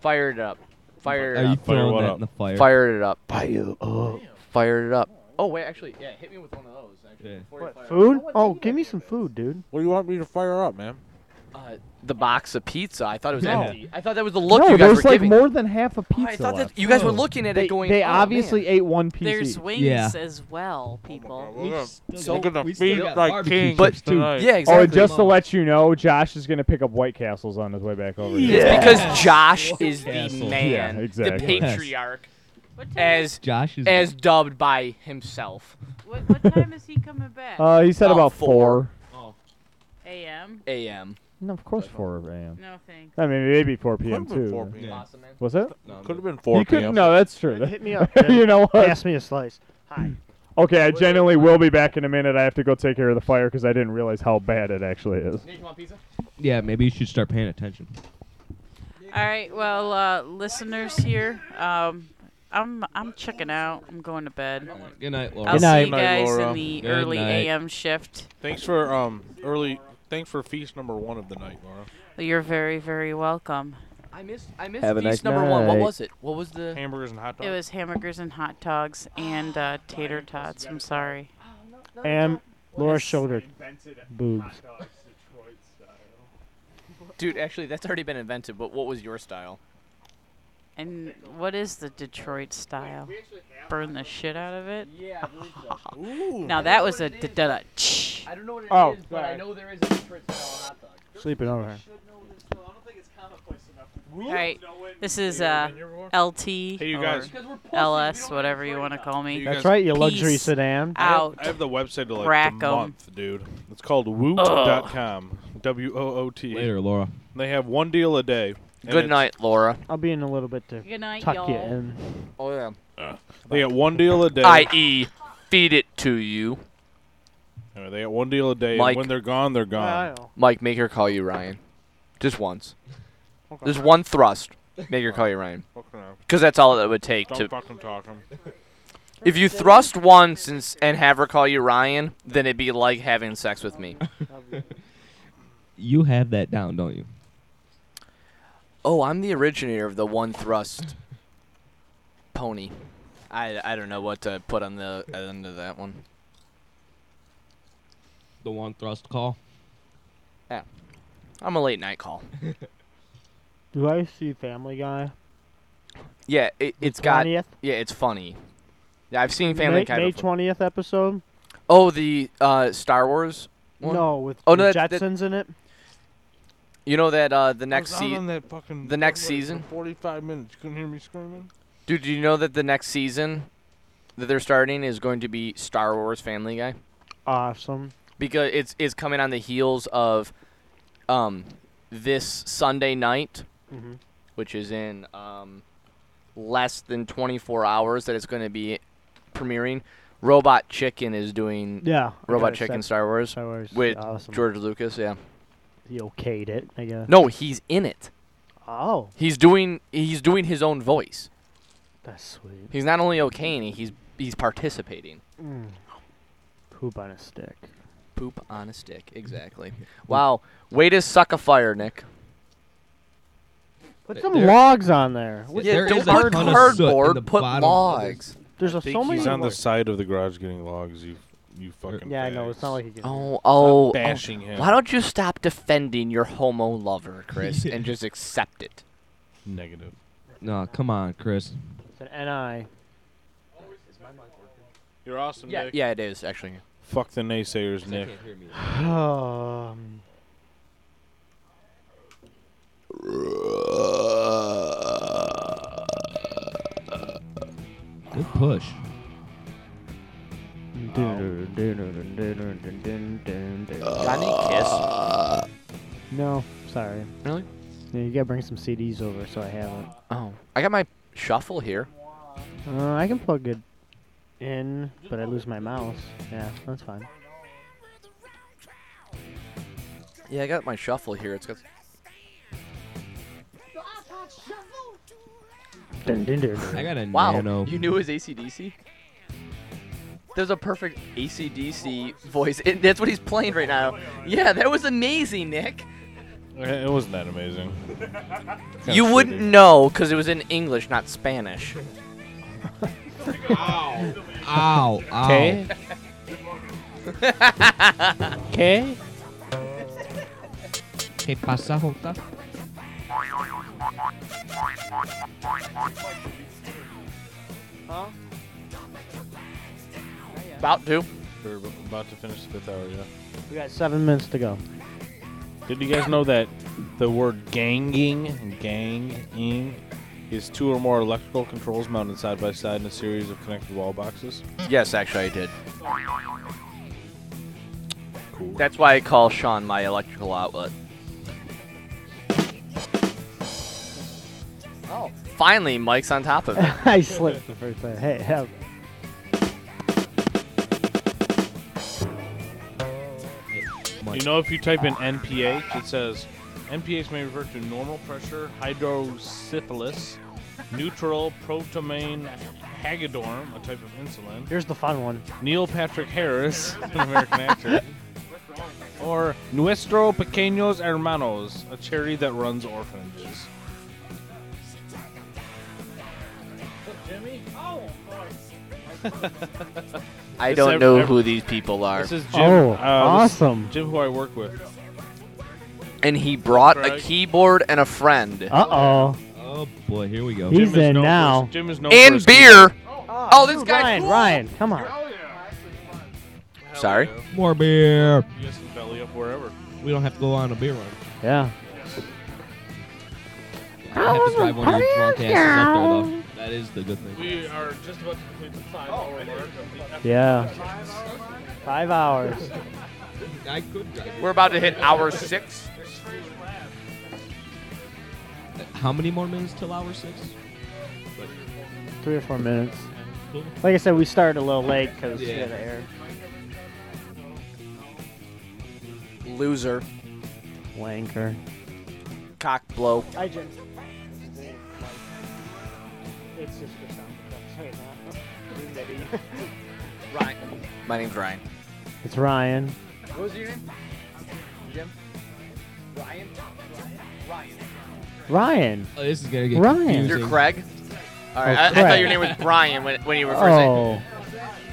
S1: Fired it up. Fired
S8: Are
S1: it
S8: you
S1: up.
S8: throwing
S5: what
S8: that
S5: up?
S8: in the fire?
S1: Fired it up.
S2: bio. Oh.
S1: Fired it up. Oh wait, actually, yeah, hit me with one of those. Actually,
S8: Yeah.
S1: before you fire it up.
S2: Food? Oh, give me some food,
S4: [LAUGHS]
S2: dude.
S5: What do you want me to fire up, man?
S1: Uh, the box of pizza. I thought it was
S8: No.
S1: empty. I thought that was the
S4: no,
S1: look you guys
S4: there's
S1: were
S4: like
S1: giving.
S4: more than half a pizza
S1: Oh, I thought
S4: left.
S1: that you guys were
S8: No.
S1: looking at
S4: they
S1: it going.
S4: they
S1: "Oh,
S4: obviously
S1: man."
S4: ate one piece.
S3: There's
S4: each.
S3: wings
S8: Yeah.
S3: as well, people.
S5: So we're gonna
S8: we still
S5: feed
S8: got
S5: like
S8: barbecue
S5: kings
S8: chips
S5: tonight.
S1: Yeah,
S4: Oh,
S1: exactly.
S4: and just to
S8: Mom.
S4: let you know, Josh is gonna pick up White Castles on his way back over. here.
S1: It's because Josh is the
S8: Castle.
S1: man,
S4: Yeah, exactly.
S1: the
S8: Yes.
S1: patriarch,
S3: What time,
S1: as
S8: Josh is.
S1: as dubbed by himself.
S3: what, what time is he coming back?
S4: Uh, he said
S1: Oh,
S4: about
S1: four.
S3: A.M.
S1: A.M.
S4: No, of course four a.m.
S3: No thanks.
S4: I mean, maybe four p.m.
S5: Could've been
S4: too.
S5: 4
S4: but-
S5: p.m.
S1: Awesome, man.
S4: Was it?
S5: No, Could have been 4
S4: you
S5: p.m.
S4: could. No, that's true. [LAUGHS]
S2: Hit me up.
S4: you know what?
S2: Pass me a slice. Hi.
S4: Okay, I genuinely will be back in a minute. I have to go take care of the fire because I didn't realize how bad it actually is.
S1: Nick, you want pizza?
S8: yeah, maybe you should start paying attention.
S3: All right, well, uh, listeners here, um, I'm I'm checking out. I'm going to bed.
S8: Good night, Laura.
S3: I'll see you
S5: Good night,
S3: guys
S5: Laura.
S3: in the
S8: Good
S3: early
S8: night.
S3: a.m. shift.
S5: Thanks for um early. Thanks for feast number one of the night, Laura.
S3: You're very very welcome.
S1: I missed. I missed
S7: Have a
S1: feast
S7: nice
S1: number one. What
S7: night.
S1: was it? What was the?
S5: Hamburgers and hot dogs.
S3: It was hamburgers and hot dogs and uh, tater tots. I'm sorry.
S2: And Laura shoulder boobs.
S1: Dude, actually, that's already been invented. But what was your style?
S3: And what is the Detroit style? Burn the shit out of it.
S17: Yeah, I believe
S1: [LAUGHS]
S17: so.
S3: Now that was a da da da. tsh.
S17: I don't know what it is,
S4: Oh,
S17: but I
S4: sorry.
S17: know there is a different style of hot dog.
S2: Sleeping over.
S17: should know this, though. I don't think it's commonplace enough.
S3: All right. This is uh, LT
S5: you
S3: or
S5: guys.
S3: LS, whatever you want to call me.
S5: You
S2: That's
S5: guys- Ah.
S2: right, you luxury
S3: Peace
S2: sedan.
S5: I have-
S3: Out.
S5: I have the website to like
S3: Rack 'em.
S5: the month, dude. It's called woot.com. W O O T.
S8: Later, Laura.
S5: They have one deal a day. and
S1: Good
S5: it's-
S1: night, Laura.
S2: I'll be in a little bit to
S3: Good night,
S2: tuck you
S3: y'all.
S2: in.
S1: Oh yeah.
S5: They got one deal a day.
S1: I.e., E. feed it to you.
S5: Uh, They got one deal a day.
S1: Mike.
S5: And when they're gone, they're gone.
S1: Mike, make her call you Ryan. Just once. There's one thrust. Make her call you Ryan.
S5: Okay.
S1: Because that's all it would take
S5: Don't
S1: to.
S5: fucking talk 'em.
S1: If you thrust once and, s- and have her call you Ryan, then it'd be like having sex with me.
S8: You have that down, don't you?
S1: [LAUGHS] Oh, I'm the originator of the one thrust pony. I, I don't know what to put on the end of that one.
S8: The one thrust call.
S1: Yeah. I'm a late night call.
S2: Do I see Family Guy?
S1: Yeah, it, it's got.
S2: 20th?
S1: Yeah, it's funny. Yeah, I've seen Family
S2: May,
S1: Guy
S2: May
S1: before.
S2: twentieth episode?
S1: Oh, the uh, Star Wars. One?
S2: No, with
S1: oh
S2: the
S1: no, that, that-
S2: Jetsons in it.
S1: you know that uh, the next
S5: I was out on
S1: season,
S5: that fucking
S1: the next
S5: subway for
S1: season,
S5: 45 minutes. You couldn't hear me screaming?
S1: dude. Do you know that the next season that they're starting is going to be Star Wars Family Guy
S2: Awesome.
S1: because it's it's coming on the heels of um this Sunday night,
S2: Mhm.
S1: which is in um less than 24 hours that it's going to be premiering. Robot Chicken is doing
S2: Yeah, I
S1: Robot
S2: got it
S1: Chicken
S2: set.
S1: Star Wars,
S2: Star Wars,
S1: with
S2: awesome.
S1: George Lucas. Yeah.
S2: He okayed it, I guess.
S1: No, he's in it.
S2: Oh,
S1: He's doing he's doing his own voice.
S2: that's sweet.
S1: He's not only okaying, he's he's participating.
S2: Mm. Poop on a stick.
S1: Poop on a stick, exactly. Wow, way to suck a fire, Nick.
S2: Put
S1: Th-
S2: some
S1: there-
S2: logs on there. What-
S1: Yeah,
S5: there
S1: don't
S5: is a
S1: put
S5: ton of soot in
S1: cardboard,
S5: the
S1: put
S5: bottom of
S1: logs.
S2: There's a,
S5: I think
S2: so many.
S5: he's on the
S2: words.
S5: side of the garage getting logs. You, you fucking.
S2: yeah, I know. It's not like he can.
S1: Oh, oh,
S5: bashing
S1: oh.
S5: him.
S1: Why don't you stop defending your homo lover,
S5: [LAUGHS]
S1: Chris, and just accept it?
S5: Negative.
S8: No, come on, Chris.
S2: It's an NI.
S5: You're awesome,
S1: Yeah, yeah, it is actually.
S5: Fuck the naysayers, Nick.
S2: Um,
S8: Good push.
S2: Um.
S1: [LAUGHS] Johnny Kiss.
S2: No, sorry.
S1: Really?
S2: Yeah, you gotta bring some CDs over, so I haven't.
S1: Oh, I got my shuffle here.
S2: Uh, I can plug it in, but I lose my mouse. Yeah, that's fine.
S1: Yeah, I got my shuffle here. It's got.
S2: Dun, dun, dun,
S8: I
S2: dun.
S8: got a
S1: Wow,
S5: oh.
S8: nano.
S1: you knew it was ACDC? There's a perfect ACDC voice. It, that's what he's playing right now. Yeah, that was amazing, Nick.
S5: Eh, It wasn't that amazing. Kinda
S1: You wouldn't
S5: shitty.
S1: know because it was in English, not Spanish.
S8: Ow, ow.
S5: Okay.
S2: Okay.
S8: ¿Qué pasa, Jota?
S1: About to.
S5: We're ab- about to finish the fifth hour, yeah.
S2: We got seven minutes to [LAUGHS] go.
S5: Did you guys know that the word ganging and ganging is two or more electrical controls mounted side by side in a series of connected wall boxes?
S1: Yes, actually, I did.
S5: Cool.
S1: That's why I call Sean my electrical outlet. Oh. Finally, Mike's on top
S2: [LAUGHS]
S1: of it.
S2: I slipped the first time. Hey, have.
S5: You know, if you type in NPH, it says NPH may refer to normal pressure, hydrosyphilis, neutral protamine hagedorm, a type of insulin,
S2: Here's the fun one.
S5: Neil Patrick Harris, an American actor, or Nuestro Pequeños Hermanos, a charity that runs orphanages.
S1: I
S5: This
S1: don't
S5: ev-
S1: know
S5: ev-
S1: who these people are.
S5: This is Jim.
S2: Oh,
S5: uh, this is
S2: awesome.
S5: Jim, who I work with.
S1: And he brought a
S5: Craig.
S1: keyboard and a friend.
S2: Uh oh.
S8: Oh boy, here we go.
S2: He's
S5: Jim is
S2: in
S5: known for
S2: now.
S5: his- Jim is known for
S1: and
S5: his
S1: beer.
S2: Oh,
S1: this
S2: dude,
S1: guy's
S2: Ryan,
S1: cool.
S2: Ryan, come on.
S1: Sorry.
S8: More beer.
S5: You guys can belly up wherever.
S8: We don't have to go on a beer run.
S2: Yeah.
S8: have to drive one of your drunk asses up there, though. That is the good thing.
S5: We are just about to complete the five hour mark of the episode.
S2: Yeah. Five hours.
S8: I could drive.
S20: We're about to hit hour six.
S8: How many more minutes till hour six?
S2: Three or four minutes. Like I said, we started a little late because
S8: Yeah.
S2: yeah. the air.
S1: Loser.
S2: Wanker.
S1: Cock blow.
S18: I just. It's just for sound production.
S1: Ryan. My name's Ryan.
S2: It's Ryan.
S17: What was your name? Jim? Ryan? Ryan.
S2: Ryan.
S8: Oh, this is gonna get
S2: Ryan.
S1: You're Craig. All right.
S2: Oh,
S1: I, I thought
S2: Craig.
S1: your name was Brian when, when you were first.
S2: Oh,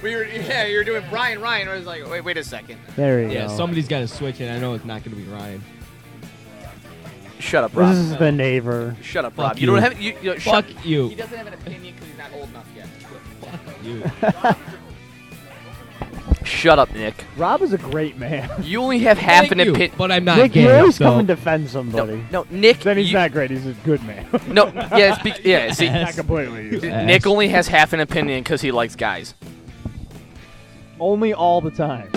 S1: We were, yeah, you were doing Brian Ryan. I was like, wait, wait a second.
S2: there you
S8: Yeah,
S2: go.
S8: somebody's got to switch, and I know it's not gonna be Ryan.
S1: Shut up,
S2: this is the neighbor.
S1: Shut up,
S8: Fuck
S1: Rob. You,
S8: you.
S1: don't have you. you shut
S8: Fuck you.
S1: [LAUGHS] He doesn't have an opinion because he's not old enough yet.
S8: You.
S1: Shut up, Nick.
S2: Rob is a great man.
S1: [LAUGHS] You only have half an
S8: Thank you,
S1: opinion.
S8: but I'm not
S2: Nick,
S8: gay.
S2: you always
S8: so-
S2: come and defend somebody.
S1: No, Nick.
S4: Then he's
S1: you-
S4: not great. He's a good man.
S1: No, yeah, it's bec- yeah. See,
S4: not completely. useless.
S8: Uh,
S1: Nick only has half an opinion because he likes guys.
S2: [LAUGHS] Only all the
S1: [LAUGHS]
S2: time.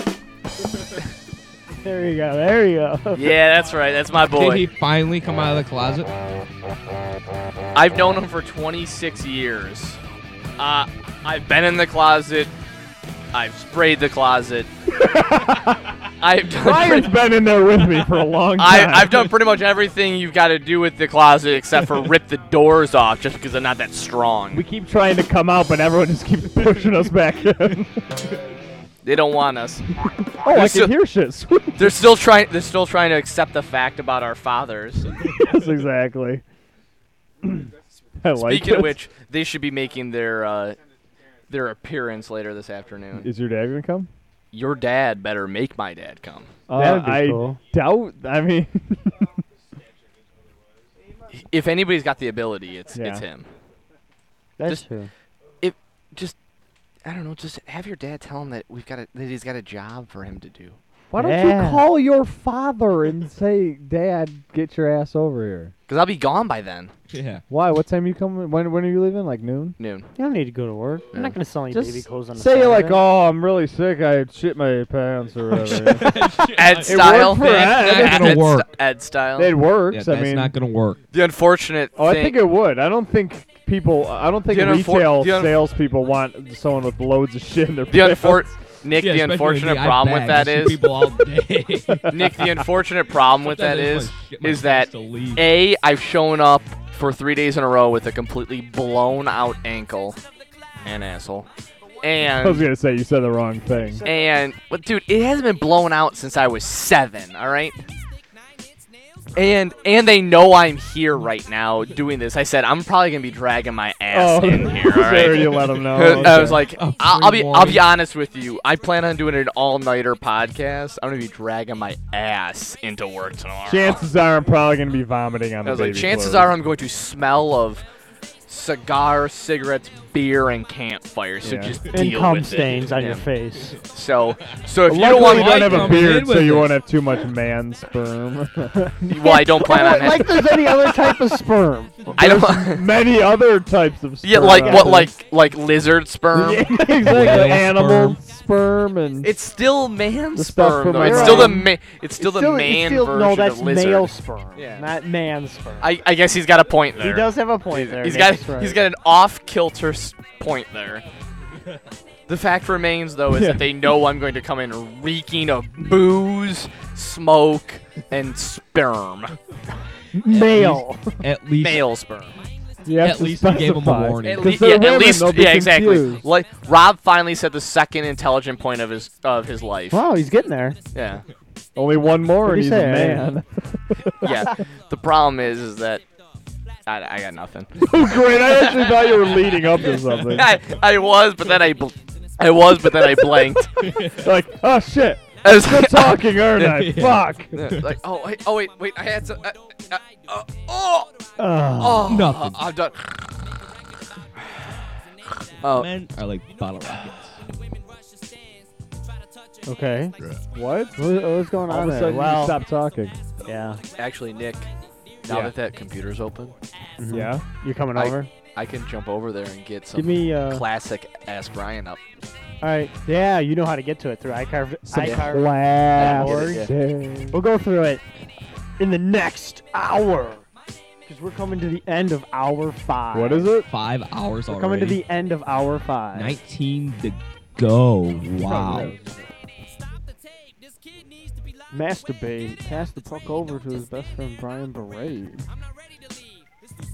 S2: there you go. There you go.
S1: Yeah, that's right. That's my
S8: Did
S1: boy.
S8: he finally come out of the closet?
S1: I've known him for 26 years. Uh, I've been in the closet. I've sprayed
S4: [LAUGHS]
S1: the closet. I've done.
S4: Ryan's
S1: pretty-
S4: been in there with me for a long
S1: I,
S4: time.
S1: I've done pretty much everything you've got to do with the closet except for rip the doors off just because I'm not that strong.
S4: We keep trying to come out, but everyone just
S1: [LAUGHS]
S4: keeps pushing us back in.
S1: They don't want us.
S4: oh, I
S1: There's
S4: can
S1: still-
S18: [LAUGHS]
S4: hear shit.
S1: They're still trying. They're still trying to accept the fact about our fathers.
S4: yes, exactly. I like
S1: Speaking
S4: it.
S1: of which, they should be making their uh, their appearance later this afternoon.
S4: is your dad gonna come?
S1: Your dad better make my dad come.
S2: That'd
S18: Uh,
S2: be
S4: I
S2: cool.
S4: doubt.
S18: [LAUGHS]
S4: I mean,
S1: If anybody's got the ability, it's
S4: Yeah.
S1: it's him.
S2: That's
S1: Just-
S2: true.
S1: If just I don't know, just have your dad tell him that we've got a, that he's got a job for him to do.
S18: Why don't
S2: Yeah.
S18: you call your father and say, Dad, get your ass over here?
S1: Cause I'll be gone by then.
S8: Yeah.
S18: Why? What time you coming? When when are you leaving? Like noon?
S1: Noon.
S2: You don't need to go to work. I'm not gonna sell any
S18: Just
S2: baby clothes on the
S18: Say
S2: Saturday.
S18: like, oh, I'm really sick. I shit my pants
S2: [LAUGHS]
S18: or whatever.
S1: Ed [LAUGHS] style.
S18: for Ed.
S8: That's not gonna
S1: Ed,
S8: work.
S1: st- Ed style.
S4: it works.
S8: Yeah, that's
S4: I mean,
S8: not gonna work.
S1: The unfortunate
S4: oh, I
S1: thing.
S4: think it would. I don't think people. I don't think
S1: The unfor-
S4: retail
S1: the un-
S4: salespeople want someone with loads of shit in their
S1: the
S4: pants.
S1: unfor- Nick,
S8: Yeah,
S1: the
S8: especially
S1: unfortunate
S8: me, I
S1: problem with
S8: bag
S1: that is
S8: people
S1: [LAUGHS]
S8: all day.
S1: Nick,
S8: [LAUGHS]
S1: the unfortunate problem with that
S8: Sometimes I
S1: is
S8: just wanna shit my
S1: is
S8: pants
S1: that
S8: to leave.
S1: a I've shown up for three days in a row with a completely blown out ankle and asshole,
S4: [LAUGHS] I was
S1: and
S4: gonna say you said the wrong thing.
S1: and but dude, it hasn't been blown out since I was seven. All right. And and they know I'm here right now doing this. I said I'm probably gonna be dragging my ass
S4: oh, [LAUGHS]
S1: in here. All
S4: there
S1: right.
S4: you let them know.
S1: [LAUGHS] I
S4: okay.
S1: was like,
S8: Oh,
S1: I'll, I'll be, I'll
S8: pre-warning.
S1: be honest with you. I plan on doing an all-nighter podcast. I'm gonna be dragging my ass into work tomorrow.
S4: chances are I'm probably gonna be vomiting on
S1: I
S4: the
S1: was like,
S4: baby
S1: chances
S4: clothes.
S1: are I'm going to smell of cigar, cigarettes, beer, and campfire. So
S4: Yeah.
S1: just
S2: and
S1: deal
S2: cum
S1: with
S2: stains
S1: it.
S2: on
S1: Yeah.
S2: your
S1: [LAUGHS]
S2: face.
S1: So, so if
S4: Luckily,
S1: you don't want,
S4: we don't have a
S8: Mike
S4: beard,
S8: coming in
S4: so
S8: with
S4: you
S8: it.
S4: won't have too much man sperm.
S1: [LAUGHS] well, I don't plan on
S2: like,
S1: that.
S2: like there's any other type of sperm.
S1: I don't.
S4: Many other types of sperm.
S1: [LAUGHS] Yeah, like
S4: out
S1: what,
S4: there.
S1: like like lizard sperm.
S4: Yeah, exactly.
S8: Whale
S4: Animal sperm and
S1: [LAUGHS] It's still man
S4: The stuff
S1: sperm
S4: from
S1: though.
S4: my
S1: It's still the
S2: mom.
S1: ma- It's still the
S2: Still- it's
S1: man
S2: still-
S1: version
S2: No, that's
S1: of lizard.
S2: male sperm,
S1: Yeah.
S2: not man sperm.
S1: I, I guess he's got a point there.
S2: he does have a point there.
S1: He's
S2: Nick,
S1: got
S2: that's right.
S1: he's got an off kilter point there. The fact remains though is
S4: Yeah.
S1: that they know I'm going to come in reeking of booze, smoke, and sperm.
S2: male.
S8: At least
S1: Male sperm.
S4: you have
S8: at
S4: to
S8: least we gave 'em a
S4: specify.
S8: warning.
S1: At,
S8: Because [LAUGHS]
S18: they're
S1: lea- yeah,
S18: women,
S1: at least
S18: they'll be
S1: yeah, exactly.
S18: confused.
S1: Like Rob finally said the second intelligent point of his of his life.
S2: Wow, he's getting there. [LAUGHS]
S1: Yeah.
S4: Only one more,
S2: What'd
S4: and
S2: he
S4: he's
S2: say?
S4: a man.
S1: [LAUGHS] Yeah. the problem is is that I, I
S2: [LAUGHS]
S1: got nothing.
S4: [LAUGHS] oh, great! I actually thought you were leading up to something.
S1: [LAUGHS] I, I was but then I bl- I was but then I
S2: [LAUGHS]
S1: blanked.
S4: like, oh shit,
S1: I [LAUGHS] was
S4: I'm talking, aren't I? Fuck.
S1: [LAUGHS] Yeah, like, oh, wait, oh, wait, wait, I had some. Uh, uh, uh, oh,
S2: Oh,
S1: oh,
S8: nothing.
S1: I'm done. Oh,
S8: men are like bottle rockets.
S2: okay.
S4: What?
S2: What- What's going
S4: All
S2: on
S4: of a
S2: there?
S4: sudden, you
S2: Well,
S4: stop talking.
S2: yeah.
S1: actually, Nick, Now
S2: Yeah.
S1: that that computer's open.
S2: Mhm. Yeah? You coming
S1: I-
S2: over?
S1: I can jump over there and get some
S2: me, uh,
S1: classic Ask Brian up.
S2: All right. Yeah, you know how to get to it through iCarve.
S1: Some
S2: iCarve.
S1: Yeah. Yeah.
S2: Wow. We'll go through it in the next hour because we're coming to the end of hour five.
S4: What is it?
S8: Five hours
S2: We're
S8: already.
S2: coming to the end of hour five.
S8: 19 to go. Wow.
S2: Masturbate. Pass the puck over to his best friend Brian Beret.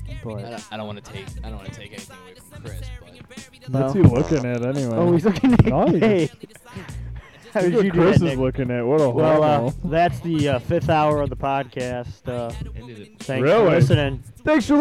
S21: I
S2: But
S21: don't, I don't want to take. I don't want to take anything away from Chris. But
S4: What's
S2: No.
S4: he looking at anyway?
S2: Oh, [LAUGHS] he's looking at
S4: Nice.
S2: hey. How
S4: Look
S2: did
S4: what
S2: you do
S4: Chris
S2: that,
S4: is
S2: Nick?
S4: looking at. What a
S2: well, uh,
S4: homo.
S2: that's the uh, fifth hour of the podcast. Uh, thanks
S4: Really?
S2: for listening.
S4: Thanks for